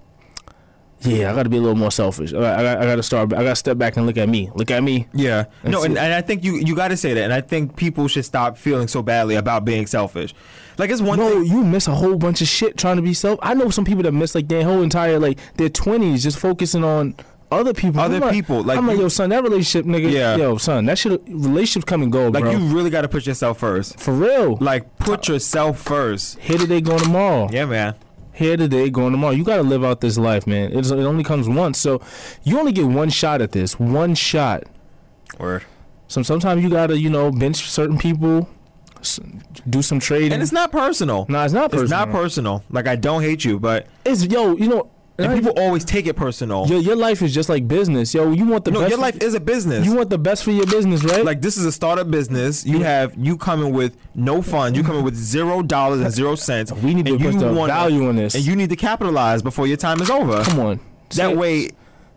Yeah, I gotta be a little more selfish. I, I, I gotta start. I gotta step back and look at me. Look at me.
yeah. No,
That's
and,
it.
and I think you you got to say that. And I think people should stop feeling so badly about being selfish. Like it's one
Bro,
thing.
you miss a whole bunch of shit trying to be self. I know some people that miss like their whole entire like their twenties just focusing on other people.
Other
I'm like,
people, like
I'm like,
you-
yo, son, that relationship, nigga.
Yeah.
Yo, son, that shit, relationships come and go,
Like
bro.
you really got to put yourself first.
For real.
Like put yourself first.
here today, going tomorrow.
Yeah, man.
Here today, going tomorrow. You gotta live out this life, man. It's, it only comes once, so you only get one shot at this. One shot.
Word.
So sometimes you gotta, you know, bench certain people, s- do some trading.
And it's not personal.
nah, it's not personal.
It's not personal. Like I don't hate you, but
It's yo, you know.
and
not
people always take it personal.
Yo, your life is just like business. Yo, you want the
no,
best.
your life is a business.
You want the best for your business, right?
like this is a startup business.
Mm-hmm.
You have you coming with no funds. You coming with zero dollars and zero cents.
We need to
and
put
you
the
wanna-
value on this.
and you need to capitalize before your time is over.
come on.
That
Say-
way,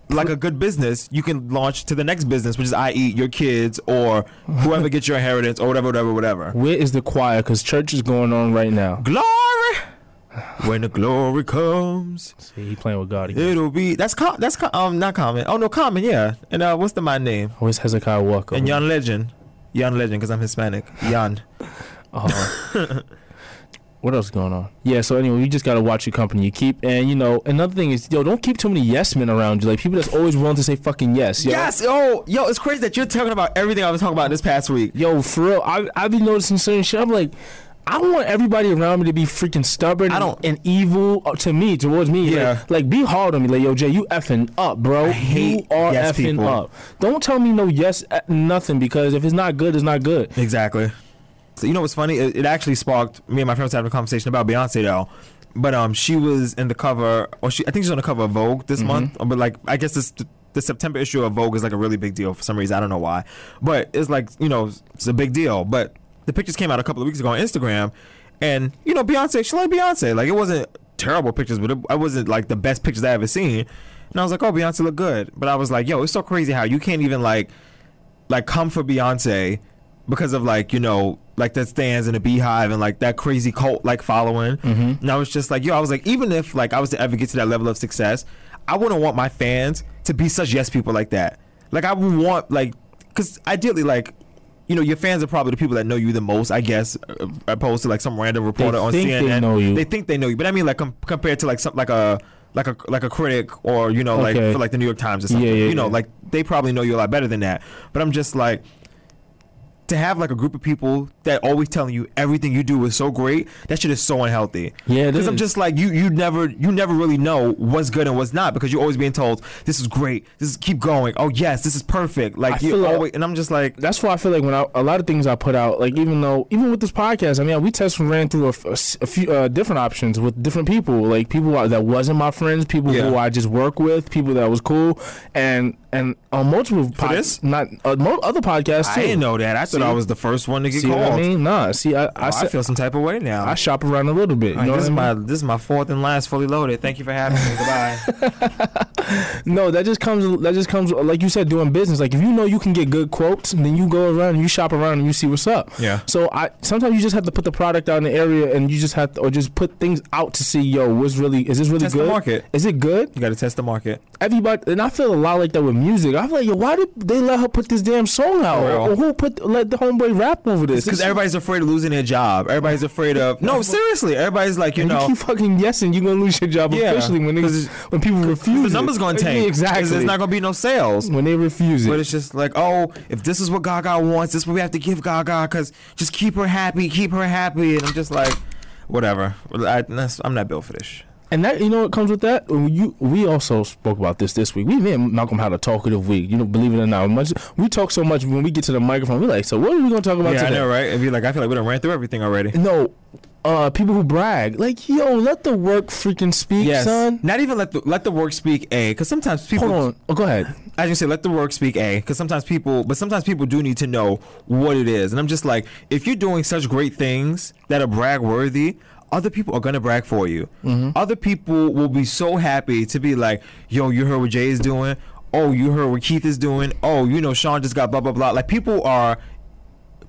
like a good business, you can launch to the next business, which is i.e. your kids or whoever gets your inheritance or whatever, whatever, whatever.
where is the choir? Because church is going on right now.
Glory. When the glory comes,
See, he playing with God again.
it'll be that's com- that's co- um not common. Oh no, common yeah. And uh, what's the my name?
Where's Hezekiah Walker?
And Yon Legend, Yon Legend, because I'm Hispanic. Yon.
Uh-huh. what else is going on? Yeah. So anyway, you just gotta watch your company you keep. And you know, another thing is, yo, don't keep too many yes men around you. Like people that's always willing to say fucking yes. Yo.
Yes, oh, yo, it's crazy that you're talking about everything I was talking about this past week.
Yo, for real, I I've been noticing certain shit. I'm like. I want everybody around me to be freaking stubborn
I don't-
and evil uh, to me, towards me. Like-
Yeah.
Like, be hard on me. Like, yo, Jay, you effing up, bro.
hate
you are
yes
effing
people.
up. Don't tell me no yes, uh, nothing, because if it's not good, it's not good.
Exactly. So you know what's funny? It, it actually sparked me and my friends having a conversation about Beyonce though, But um, she was in the cover, or she I think she's on the cover of Vogue this month. But like, I guess this the September issue of Vogue is like a really big deal for some reason. I don't know why, but it's like you know it's a big deal. But the pictures came out a couple of weeks ago on Instagram, and you know Beyonce, she like Beyonce. Like it wasn't terrible pictures, but it, I wasn't like the best pictures I ever seen. And I was like, oh, Beyonce look good. But I was like, yo, it's so crazy how you can't even like like come for Beyonce because of like you know like that stands in a beehive and like that crazy cult like following.
Mm-hmm.
And I was just like, yo, I was like, even if like I was to ever get to that level of success, I wouldn't want my fans to be such yes people like that. Like I would want like because ideally like. You know, your fans are probably the people that know you the most, I guess, uh, opposed to like some random reporter on
think they
CNN.
know you.
They think they know you, but I mean, like com- compared to like some like a like a like a critic or you know like
Okay.
for like the New York Times or something.
Yeah, yeah,
you know,
yeah.
like they probably know you a lot better than that. But I'm just like, to have like a group of people that always telling you everything you do is so great, that shit is so unhealthy.
Yeah, it
because I'm
is.
just like you. You never, you never really know what's good and what's not because you're always being told this is great, this is keep going. Oh yes, this is perfect. Like
I
you
feel like-
always, and I'm just like,
that's why I feel like when I, a lot of things I put out, like even though even with this podcast, I mean we test ran through a, f- a s- a few uh, different options with different people, like people I- that wasn't my friends, people
Yeah.
who I just work with, people that was cool, and and on multiple pod-
this?
not uh, mo- other podcasts too.
I didn't know that. I
See?
thought I was the first one to get
See
called. Oh,
what I mean? Nah, see, I I,
I,
se-
feel some type of way now.
I shop around a little bit. You
Like,
know
this
what
is
I mean?
my this is my fourth and last fully loaded. Thank you for having me. Goodbye.
No, that just comes. That just comes. Like you said, doing business. Like if you know you can get good quotes, then you go around and you shop around and you see what's up.
Yeah.
So I sometimes you just have to put the product out in the area and you just have to, or just put things out to see. Yo, what's really is this really
Test the
good?
market.
Is it good?
You got to test the market.
Everybody and I feel a lot like that with music. I feel like yo, why did they let her put this damn song out?
For real.
Or who put let the homeboy rap over this?
Because everybody's afraid of losing their job. Everybody's afraid of. No, seriously. Everybody's like, you
And
know.
you keep fucking guessing, you're gonna lose your job
Yeah.
officially when niggas, when people refuse.
The
it.
number's gonna
Yeah,
tank.
exactly.
There's not gonna be no sales.
when they refuse it.
But it's just like, oh, if this is what Gaga wants, this is what we have to give Gaga. Cause just keep her happy, keep her happy. And I'm just like, whatever. I, that's, I'm not built for this.
And that you know what comes with that. You we also spoke about this this week. We me and Malcolm had a talkative week. You know, believe it or not, much we talk so much when we get to the microphone. We like, so what are we gonna talk about
yeah, I
today?
know, right? It'd be like, I feel like we done ran through everything already.
No, uh, people who brag like, yo, let the work freaking speak,
Yes.
son.
Not even let the let the work speak. A, because sometimes people.
Hold on, oh, go ahead.
as you say, let the work speak, A, because sometimes people, but sometimes people do need to know what it is. And I'm just like, if you're doing such great things that are brag worthy, other people are gonna brag for you.
Mm-hmm.
Other people will be so happy to be like, yo, you heard what Jay is doing. Oh, you heard what Keith is doing. Oh, you know, Sean just got blah, blah, blah. Like, people are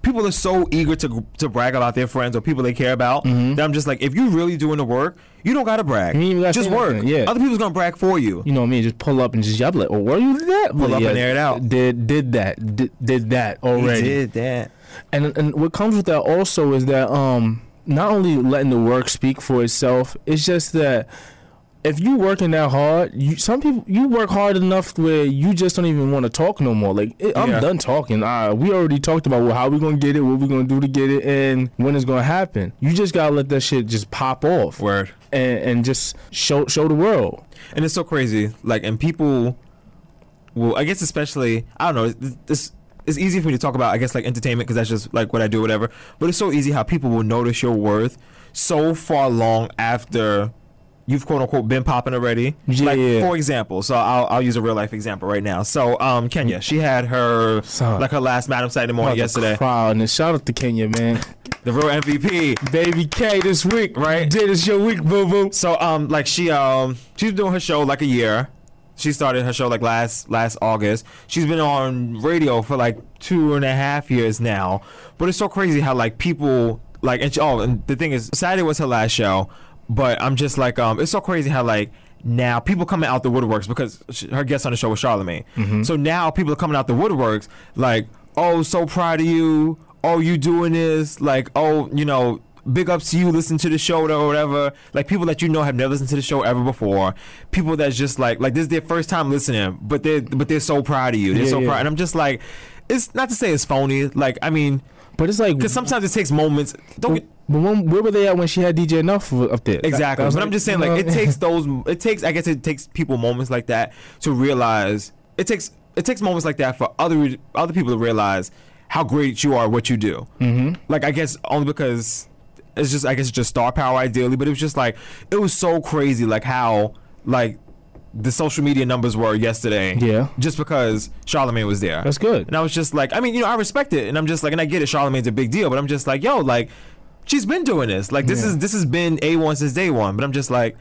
people are so eager to to brag about their friends or people they care about that I'm just like, if you're really doing the work, you don't gotta brag.
Mm-hmm. You ain't even gotta
just
say
work.
nothing, yeah.
Other people's gonna brag for you.
You know what I mean? Just pull up and just y'all be like, oh, were you that? Pull
up and air it out.
Did did that? Did, did that
You
already?
did that.
and and what comes with that also is that um not only letting the work speak for itself it's just that if you working that hard you some people you work hard enough where you just don't even want to talk no more like it, i'm
Yeah.
done talking uh, we already talked about well, how we gonna get it what we gonna do to get it and when it's gonna happen you just gotta let that shit just pop off
Word.
and, and just show show the world
and it's so crazy. Like, and people will, I guess, especially, I don't know. th- This it's easy for me to talk about, I guess, like entertainment because that's just like what I do, whatever. But it's so easy how people will notice your worth so far long after you've quote unquote been popping already. Like,
Yeah.
for example, so I'll, I'll use a real life example right now. So, um, Kenya, she had her
Son.
like her last Madam Saturday morning yesterday.
proud and shout out to kenya man
The real MVP.
baby k this week
Right.
did this your week boo boo
So um like she um she's doing her show like a year. She started her show like last last August. She's been on radio for like two and a half years now. But it's so crazy how like people like and she, oh and the thing is Saturday was her last show, but I'm just like um it's so crazy how like now people coming out the woodworks because sh her guest on the show was Charlamagne.
Mm-hmm.
So now people are coming out the woodworks like oh so proud of you oh you doing this like oh you know big ups to you listen to the show or whatever like people that you know have never listened to the show ever before people that's just like like this is their first time listening but they're but they're so proud of you they're
Yeah,
so
yeah.
proud and i'm just like it's not to say it's phony like i mean
but it's like
because sometimes it takes moments don't get,
But when, where were they at when she had DJ Enough up there?
Exactly. But I'm just saying, like, it takes those. It takes. I guess it takes people moments like that to realize. It takes. It takes moments like that for other other people to realize how great you are, at what you do. Mm-hmm. Like, I guess only because it's just I guess just star power ideally, but it was just like it was so crazy like how like the social media numbers were yesterday.
Yeah.
Just because Charlemagne was there.
That's good.
And I was just like, I mean, you know, I respect it, and I'm just like, and I get it. Charlemagne's a big deal, but I'm just like, yo, like, she's been doing this. Like, this
Yeah.
is this has been a one since day one. But I'm just like,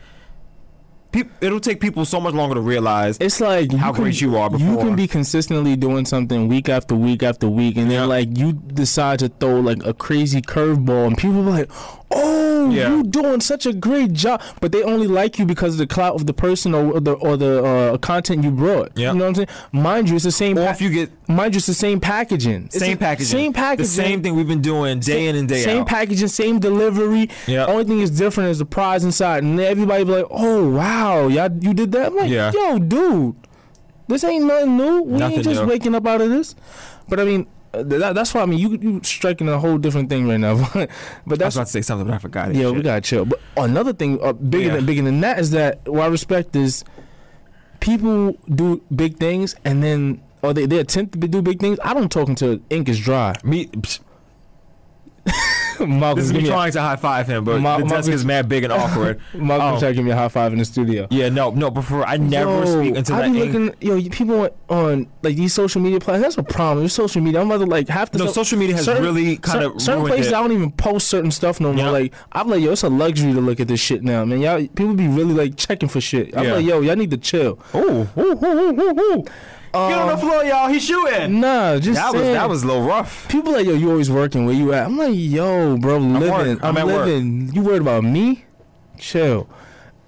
peop it'll take people so much longer to realize.
It's like
How
can-
great you are
You
before.
can be consistently doing something week after week after week, and then like you decide to throw like a crazy curveball, and people are like, "Oh,
Yeah.
you doing such a great job!" But they only like you because of the clout of the person or the or the uh, content you brought.
Yeah.
you know what I'm saying. Mind you, it's the same.
Or
pa-
if you get-
mind you, it's the same packaging. It's
same
the
packaging,
Same packaging.
the same thing we've been doing day in and day
Same
out.
packaging, same delivery.
Yeah.
Only thing is different is the prize inside, and everybody be like, "Oh wow, y'all, you did that!" I'm like,
Yeah.
"Yo, dude, this ain't nothing new. We
Nothing
ain't just
new.
waking up out of this." But I mean, uh, th- that, that's why I mean you you striking a whole different thing right now. but
I was
that's
about to say something, but I forgot it.
yeah, we
Shit.
gotta chill. But another thing, uh, bigger
Yeah.
than bigger than that, is that what I respect is people do big things and then. Or they, they attempt to do big things. I don't talk until ink is dry.
me. psh,
Malcolm,
This is me
give me a-
trying to high five him, but
Ma-
the
Ma-
desk is mad big and awkward.
Malcolm
Um,
tried to give me a high five in the studio.
yeah, no, no. But for I never
Yo,
speak until
I
that.
be
ang-
looking, yo, you- people on- on like these social media platforms. That's a problem. It's social media. I'm about to like half the
No,
so-
social media has really kinda
cer- certain
ruined
places.
it.
I don't even post certain stuff no more.
Yeah.
Like I'm like, yo, it's a luxury to look at this shit now, man. Y'all people be really like checking for shit. I'm
Yeah.
like, yo, y'all need to chill.
Ooh,
Ooh, ooh, ooh, ooh, ooh.
get on the floor, y'all. He's shooting.
Nah, Um, just
That was
saying.
that was a little rough.
People like, yo, you always working. Where you at? I'm like, yo, bro, living.
work. I'm at work.
living. You worried about me? Chill.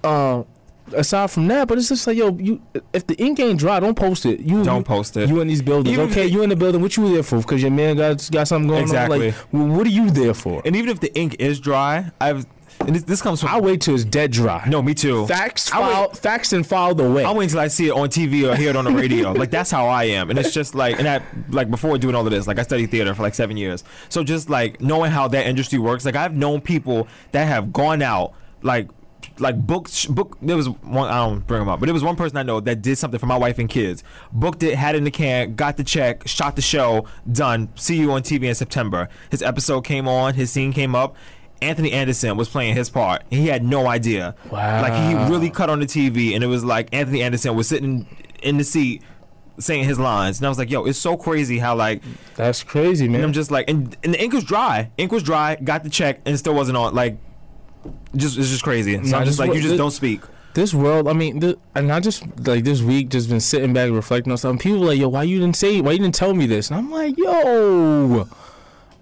Um, aside from that, but it's just like, yo, you. If the ink ain't dry, don't post it. You
Don't
you-
post it.
You in these buildings?
Even if
okay,
it-
you in the building. What you there for? Because your man got got something going on.
Exactly.
Like, well, what are you there for?
And even if the ink is dry, I've and this, this comes from
I wait till it's dead dry.
no, me too.
Facts
I
file, facts and file the way.
I wait until I see it on TV or hear it on the radio. like that's how I am, and it's just like, and I like before doing all of this, like I studied theater for like seven years, so just like knowing how that industry works, like I've known people that have gone out like. Like booked book. There was one. I don't bring them up, but it was one person I know that did something for my wife and kids. Booked it, had it in the can, got the check, shot the show, done. See you on TV in September. His episode came on, his scene came up. Anthony Anderson was playing his part, and he had no idea.
Wow.
Like he really cut on the TV, and it was like Anthony Anderson was sitting in the seat saying his lines, and I was like, "Yo, it's so crazy how like."
That's crazy, man.
And I'm just like, and, and the ink was dry. Ink was dry. Got the check, and it still wasn't on. Like, just it's just crazy. So
Nah,
I'm
this
just like,
wa-
you just
thi-
don't speak.
this world, I mean, th and I just like this week just been sitting back and reflecting on something. People like, yo, why you didn't say, why you didn't tell me this? And I'm like, yo,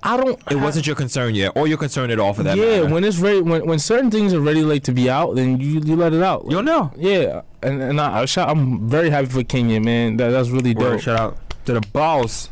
I don't.
It wasn't your concern yet, or your concern at all for that
yeah,
matter.
when it's ready, when when certain things are ready, like to be out, then you you let it out.
You'll know.
Yeah, and and I, I shout, I'm very happy for Kenya, man. That that's really
Word,
dope.
shout out to the boss.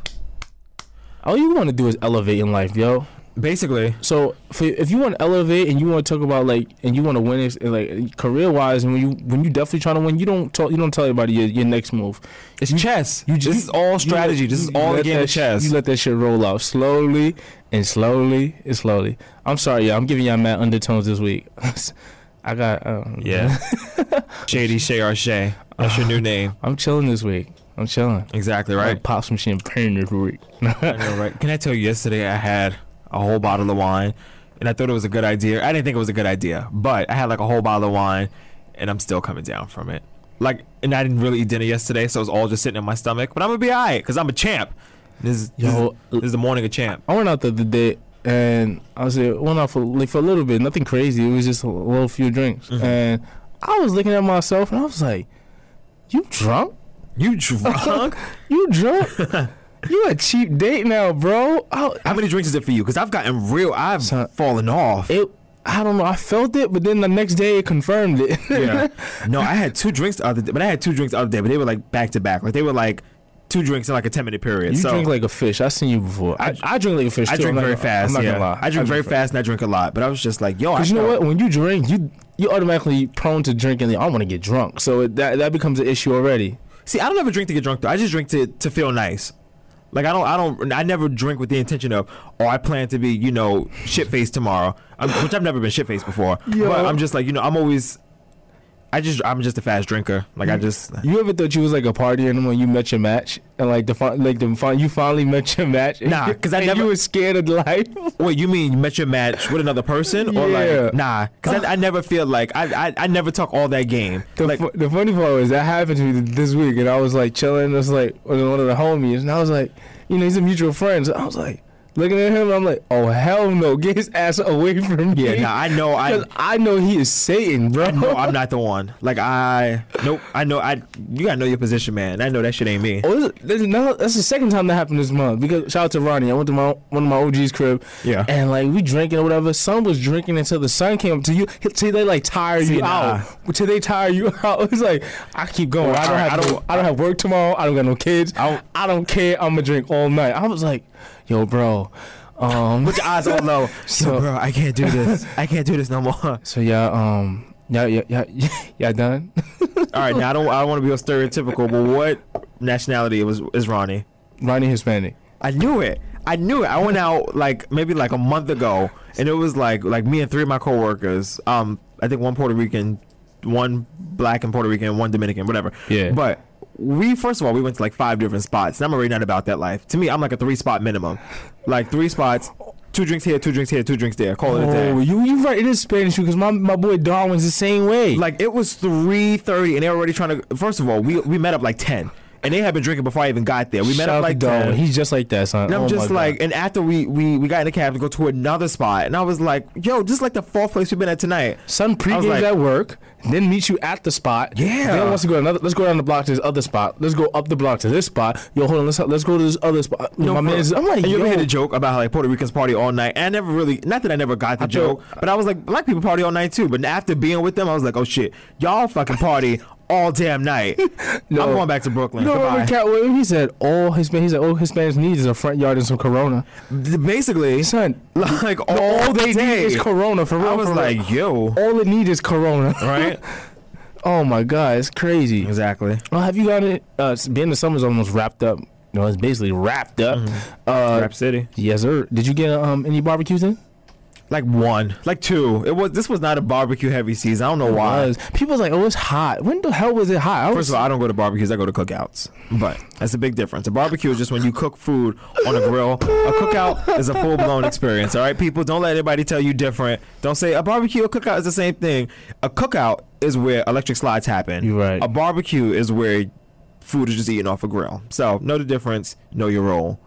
All you want to do is elevate in life, yo.
Basically,
So for, if you want to elevate and you want to talk about like and you want to win ex- and, like career wise and when you when you definitely trying to win, you don't talk you don't tell anybody your, your next move.
it's chess. You just, this is all strategy. this is all a
let
game
that
of
sh-
chess.
You let that shit roll out slowly and slowly and slowly. I'm sorry, y'all. I'm giving y'all mad undertones this week. I got. Um,
yeah. Shady Shay or Shay. That's your
Ah.
new name.
I'm chilling this week. I'm chilling.
Exactly
I
right.
pop some champagne this week.
I know, right? Can I tell you? Yesterday, I had a whole bottle of wine, and I thought it was a good idea. I didn't think it was a good idea, but I had like a whole bottle of wine, and I'm still coming down from it. Like, and I didn't really eat dinner yesterday, so it was all just sitting in my stomach. But I'm gonna be alright, cause I'm a champ. This is, this,
Yo,
is, this is the morning of champ.
I went out the other day and I was there, went out for like for a little bit, nothing crazy. It was just a little few drinks,
Mm-hmm.
and I was looking at myself and I was like, "You drunk?
You drunk?
You drunk? you a cheap date now, bro?" I,
How many drinks is it for you? Cause I've gotten real. I've
Son.
fallen off.
it, I don't know. I felt it, but then the next day it confirmed it.
yeah. No, I had two drinks the other day, but I had two drinks the other day, but they were like back to back. Like they were like two drinks in like a ten minute period.
you
so.
drink like a fish. I seen you before. I, I drink like a fish.
I
too. I'm
drink
not
very
gonna-
fast.
I'm not
yeah.
gonna lie.
I drink very fast and I drink a lot. But I was just like, yo, I
Cause you know
felt-
what? When you drink, you you automatically prone to drinking. Like, I want to get drunk, so it, that that becomes an issue already.
See, I don't ever drink to get drunk though. I just drink to to feel nice. Like I don't, I don't, I never drink with the intention of, oh, I plan to be, you know, um, shit faced tomorrow, i which I've never been shit faced before. But I'm just like, you know, I'm always, I just I'm just a fast drinker. Like I just
You ever thought you was like a party animal when you met your match and like the fi- like the fi- you finally met your match? and
Nah,
you-
'cause I
and
never-
you was scared of life.
Wait, you mean you met your match with another person or
Yeah.
like nah? Because I, I never feel like I, I I never talk all that game.
The,
like
fu- the funny part was that happened to me th- this week, and I was like chilling. It was like with one of the homies, and I was like, you know, he's a mutual friend. So I was like looking at him, I'm like, oh hell no, get his ass away from me.
yeah, nah. I know I
'Cause I know he is Satan, bro.
no I'm not the one. Like I nope. I know I you gotta know your position, man. I know that shit ain't me.
Oh, this is- this is another- that's the second time that happened this month. Because shout out to Ronnie, I went to my one of my OG's crib.
Yeah.
and like we drinking or whatever. Son was drinking until the sun came up to you. Till they like tire
See,
you
nah.
out. Till they tire you out. It's like I keep going. I don't
I-
have.
I
no-
don't-
I don't have work tomorrow. I don't got no kids.
I
I
don't-
don't, care. I'm gonna drink all night. I was like, yo, bro. Um.
Put your eyes on low.
So-
Yo, bro, I can't do this. I can't do this no more. all
so yeah. Um. Yeah. Yeah. Yeah. Yeah. Done.
right, now I don't I don't want to be all stereotypical, but what nationality was is Ronnie?
Ronnie Hispanic.
I knew it. I knew it. I went out like maybe like a month ago, and it was like like me and three of my coworkers. Um, I think one Puerto Rican, one black and Puerto Rican, one Dominican, whatever.
Yeah.
But we first of all we went to like five different spots, and I'm already not about that life. To me, I'm like a three spot minimum, like three spots, two drinks here, two drinks here, two drinks there. Call it a day.
Oh, you you right. It is Spanish because my my boy Darwin's the same way.
Like it was three thirty, and they were already trying to. First of all, we we met up like ten, and they had been drinking before I even got there. We met
Shout
up
out to
like
Darwin.
10.
He's just like that, son.
And I'm
Oh my
just
God.
like, and after we, we we got in the cab to go to another spot, and I was like, yo, this is like the fourth place we've been at tonight.
Son
was
pre-games
like-
at work, then meet you at the spot.
Yeah.
Then wants to go to another. Let's go down the block to this other spot. Let's go up the block to this spot. Yo, hold on. Let's let's go to this other spot.
No,
my
for-
man is. I'm like,
and you
yo,
ever hear the joke about how like Puerto Ricans party all night? And I never really, not that I never got the
feel-
joke, but I was like, black people party all night too. But after being with them, I was like, oh shit, y'all fucking party all damn night.
No.
I'm going back to Brooklyn.
No,
Goodbye.
remember Cat Williams? He said all Hispanic. He said all Hispanics need is a front yard and some Corona.
Basically,
Son,
like all,
all they
day.
need is Corona. For real,
I was
for real.
like, yo,
all it need is Corona.
right?
oh my God, it's crazy.
exactly.
Well, have you got it? Uh, it's been the summer's almost wrapped up. No, it's basically wrapped up.
Mm-hmm.
Uh,
Rap City.
yes, sir. Did you get um any barbecues in?
Like one, like two. It was. This was not a barbecue heavy season. I don't know Oh, why.
was. People was like, oh, it's hot. When the hell was it hot? I was,
First of all, I don't go to barbecues. I go to cookouts. But that's a big difference. A barbecue is just when you cook food on a grill. A cookout is a full blown experience. All right, people, don't let anybody tell you different. Don't say a barbecue or cookout is the same thing. A cookout is where electric slides happen.
You're right.
A barbecue is where food is just eaten off a grill. So know the difference. Know your role.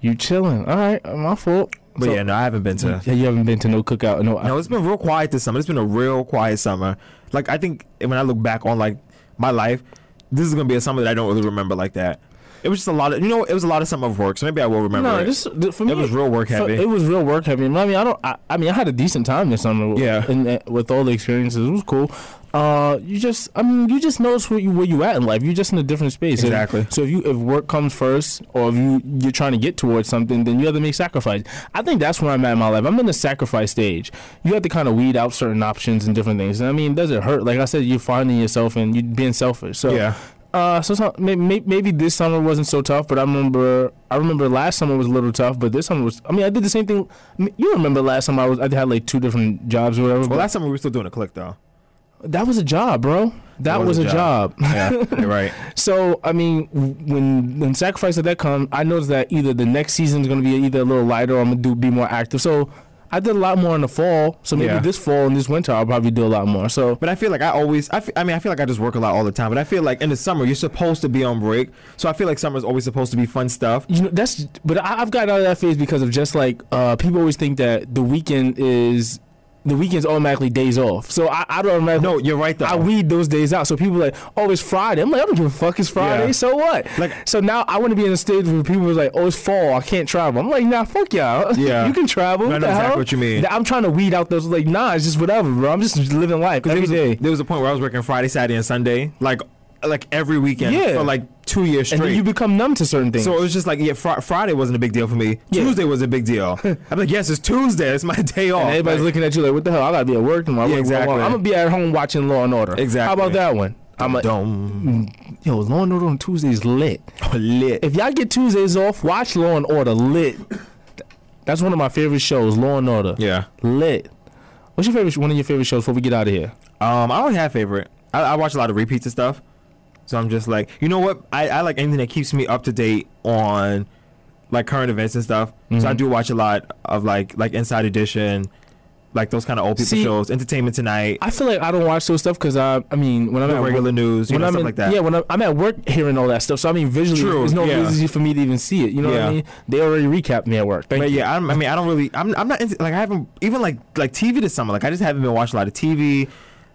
you chilling. All right, my fault.
But
So-
yeah, no, I haven't been to.
Yeah, you haven't been to no cookout. No,
No, it's been real quiet this summer. It's been a real quiet summer. Like I think when I look back on like my life, this is gonna be a summer that I don't really remember like that. It was just a lot of you know. It was a lot of summer of work, so maybe I will remember.
no,
it.
this th- for me.
was real work
for-
heavy.
It was real work heavy. I mean, I don't. I, I mean, I had a decent time this summer.
Yeah.
and uh, with all the experiences, it was cool. Uh, you just, I mean, you just notice where you where you at in life. You're just in a different space. And
Exactly.
so if you if work comes first, or if you you're trying to get towards something, then you have to make sacrifice. I think that's where I'm at in my life. I'm in the sacrifice stage. You have to kind of weed out certain options and different things. And I mean, it doesn't hurt. Like I said, you're finding yourself and you're being selfish. So
Yeah.
uh, so some, may, may, maybe this summer wasn't so tough, but I remember I remember last summer was a little tough, but this summer was. I mean, I did the same thing. I mean, you remember last summer I was I had like two different jobs or whatever.
well,
but
last summer we were still doing a click though.
that was a job, bro. That was, a job.
yeah, you're right.
So I mean, w- when when sacrifice of that come, I noticed that either the next season's gonna be either a little lighter, or I'm gonna do be more active. So I did a lot more in the fall. So maybe
Yeah.
this fall and this winter I'll probably do a lot more. So
But I feel like I always, I, fe- I mean, I feel like I just work a lot all the time. But I feel like in the summer you're supposed to be on break, so I feel like summer's always supposed to be fun stuff.
you know that's but I, i've gotten out of that phase because of just like uh people always think that the weekend is the weekend's automatically days off so i, I don't automatically
No, you're right though.
I weed those days out, so people like, oh, it's Friday. I'm like, I don't give a fuck. It's Friday,
Yeah.
so what?
Like-
so now I want to be in a stage where people are like, oh, it's fall. I can't travel. I'm like, nah, fuck y'all.
Yeah.
you can travel.
No, I
what
know
the
exactly
hell?
what you mean.
Th- I'm trying to weed out those like, nah, it's just whatever, bro. I'm just living life every
there was
day.
A, there was a point where I was working Friday, Saturday, and Sunday, like like every weekend
Yeah.
for like two years
and
straight.
then you become numb to certain things.
So it was just like, yeah, fr- Friday wasn't a big deal for me.
Yeah.
Tuesday was a big deal. I'm like, yes, it's Tuesday. It's my day off.
And everybody's
Like,
looking at you like, what the hell? I gotta be at work tomorrow.
Yeah,
Like, well,
exactly.
I'm gonna be at home watching Law and Order. How
Exactly.
about that one? I'm like,
dumb.
yo, Law and Order on Tuesdays lit.
Lit.
If y'all get Tuesdays off, watch Law and Order lit. That's one of my favorite shows, Law and Order.
Yeah.
Lit. What's your favorite? One of your favorite shows before we get out of here.
Um, I don't have favorite. I, I watch a lot of repeats and stuff. So I'm just like, you know what? I, I like anything that keeps me up to date on like current events and stuff. So
Mm-hmm.
I do watch a lot of like like Inside Edition, like those kind of old people
See-
shows, Entertainment Tonight.
I feel like I don't watch those stuff because I, I mean, when I'm
The
at
regular
work,
news, you
when
know,
I'm
stuff
in-
like that.
Yeah, when I'm, I'm at work hearing all that stuff, so I mean, visually,
True,
there's no
yeah.
reason for me to even see it. You know what
Yeah.
I mean? They already recapped me at work. Thank
But
you.
yeah, I'm, I mean, I don't really. I'm, I'm not into, like I haven't even like like TV this summer. Like I just haven't been watching a lot of TV.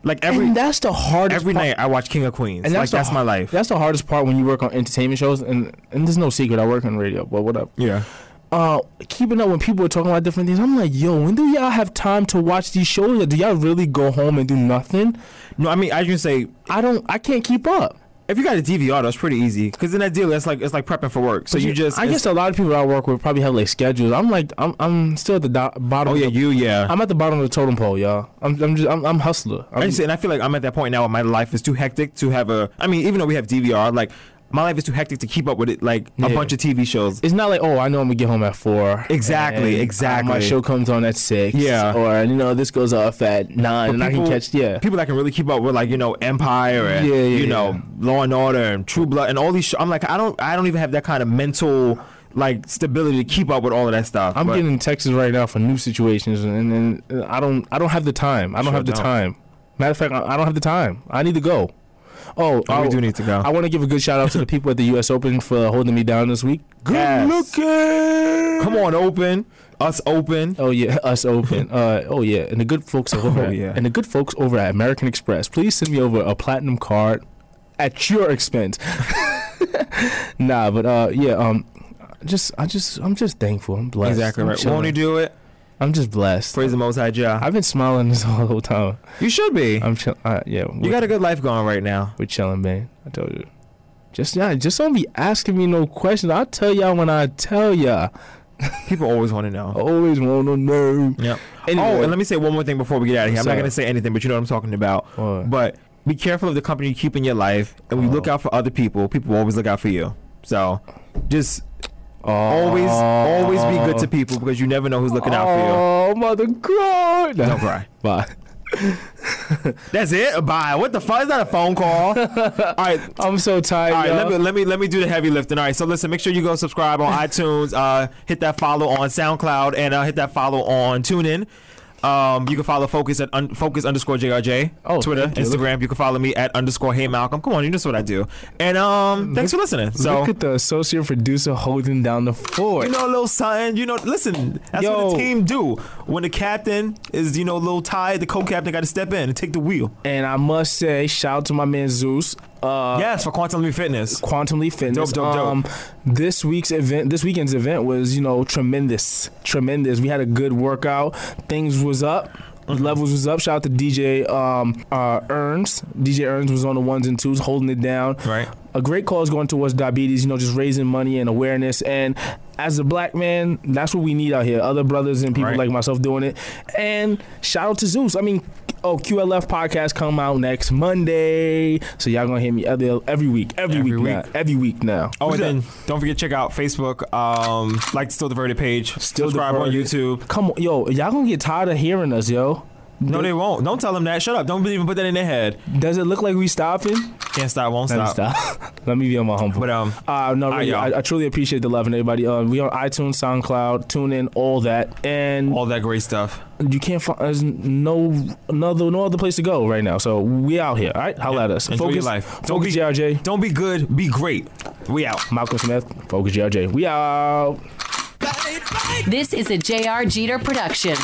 Like every
and that's the hardest
every
part.
night I watch King of Queens.
And
like
the
that's my
har-
life.
That's the hardest part when you work on entertainment shows, and and there's no secret. I work on radio, but whatever.
yeah.
Uh, keeping up when people are talking about different things, I'm like, yo, when do y'all have time to watch these shows? Or do y'all really go home and do nothing?
No, I mean I just say
I don't. I can't keep up.
if you got a DVR, that's pretty easy. Because then that deal, that's like it's like prepping for work. So you just
I
it's-
guess a lot of people I work with probably have like schedules. I'm like, I'm, I'm still at the do- bottom.
Oh
of
yeah,
the-
you yeah.
I'm at the bottom of the totem pole, y'all. I'm, I'm just, I'm, I'm hustler. I'm,
I just, and I feel like I'm at that point now where my life is too hectic to have a. I mean, even though we have DVR, like my life is too hectic to keep up with it. Like a
Yeah.
bunch of TV shows.
it's not like, oh, I know I'm gonna get home at four.
Exactly,
and, uh, My
exactly.
show comes on at six.
Yeah.
Or you know, this goes off at nine, and I can catch. Yeah.
people that can really keep up with like you know Empire and
Yeah, yeah,
you know
yeah.
Law and Order and True Blood and all these. Sh- I'm like I don't I don't even have that kind of mental like stability to keep up with all of that stuff.
I'm
but-
getting in Texas right now for new situations, and, and, and I don't, I don't have the time. I don't
Sure
have the
don't.
time. Matter of fact, I, I don't have the time. I need to go. Oh,
Oh, we
I-
do need to go.
I want to give a good shout out to the people at the U.S. Open for holding me down this week. Good
Yes.
looking.
Come on, open us open.
Oh yeah, us open. Uh, oh yeah, and the good folks over.
Oh,
at,
yeah.
And the good folks over at American Express. Please send me over a platinum card, at your expense. nah, but uh, yeah, um, just I just I'm just thankful. I'm blessed.
Exactly
I'm
right.
chilling.
Won't you do it?
I'm just blessed.
Praise the Most High Jah.
I've been smiling this whole, whole time.
You should be.
I'm chill. Uh, yeah, we're,
You got a good life going right now.
we're chilling, man. I told you. Just yeah, just don't be asking me no questions. I'll tell y'all when I tell y'all.
People always want to know.
I always want to know.
Yep.
Anyway.
Oh, and let me say one more thing before we get out of here. I'm not
Sorry.
going to say anything, but you know what I'm talking about.
What?
But be careful of the company you keep in your life, and we look out for other people. People always look out for you. So just always, always be good to people because you never know who's looking out for
Oh, mother God.
you. Don't cry.
Bye.
That's it. Bye. What the fuck is that? A phone call? All right.
I'm so tired.
All right,
y'all.
let me let me let me do the heavy lifting. All right, so listen, make sure you go subscribe on iTunes, uh, hit that follow on SoundCloud, and uh, hit that follow on TuneIn. Um, you can follow Focus at un- Focus underscore JRJ,
Oh,
Twitter,
thank you.
Instagram. You can follow me at underscore Hey Malcolm. Come on, you know what I do. And um, thanks for listening. So
Look at the associate producer holding down the fort.
you know, a little something. You know, listen, that's what
Yo.
the team do. When the captain is you know a little tired, the co-captain got to step in and take the wheel.
and I must say, shout out to my man Zeus. Uh,
yes, for Quantum Leap Fitness.
Quantum Leap Fitness. Um,
Dope, dope, dope.
This week's event, this weekend's event was, you know, tremendous, tremendous. We had a good workout. Things was up.
Mm-hmm.
Levels was up. Shout out to DJ um, uh, Earns. DJ Earns was on the ones and twos, holding it down.
Right.
A great cause going towards diabetes. You know, just raising money and awareness. And as a black man, that's what we need out here. Other brothers and people
Right.
like myself doing it. And shout out to Zeus. I mean, oh, QLF podcast come out next Monday. So y'all gonna hear me every every week, every,
Every
week,
week.
now, every week now.
Oh, and then don't forget to check out Facebook, um, like the Still Diverted page,
Still
subscribe on
Diverted.
YouTube.
come on, yo, y'all gonna get tired of hearing us, yo.
No, they won't. Don't tell them that. Shut up. Don't even put that in their head.
Does it look like we stopping?
Can't stop, won't
Let me
stop.
stop. Let me be on my humble.
But um,
Uh, no,
Alright,
really,
y'all.
I, I truly appreciate the love and everybody. Uh, we on iTunes, SoundCloud, TuneIn, all that, and
all that great stuff.
you can't find there's no another no other place to go right now. So we out here. All right, holla at us.
Enjoy
focus
your life. Don't
focus,
be
JRJ.
Don't be good. Be great. We out.
Malcolm Smith, Focus JRJ. We out.
Got it right.
This is a JR Jeter production.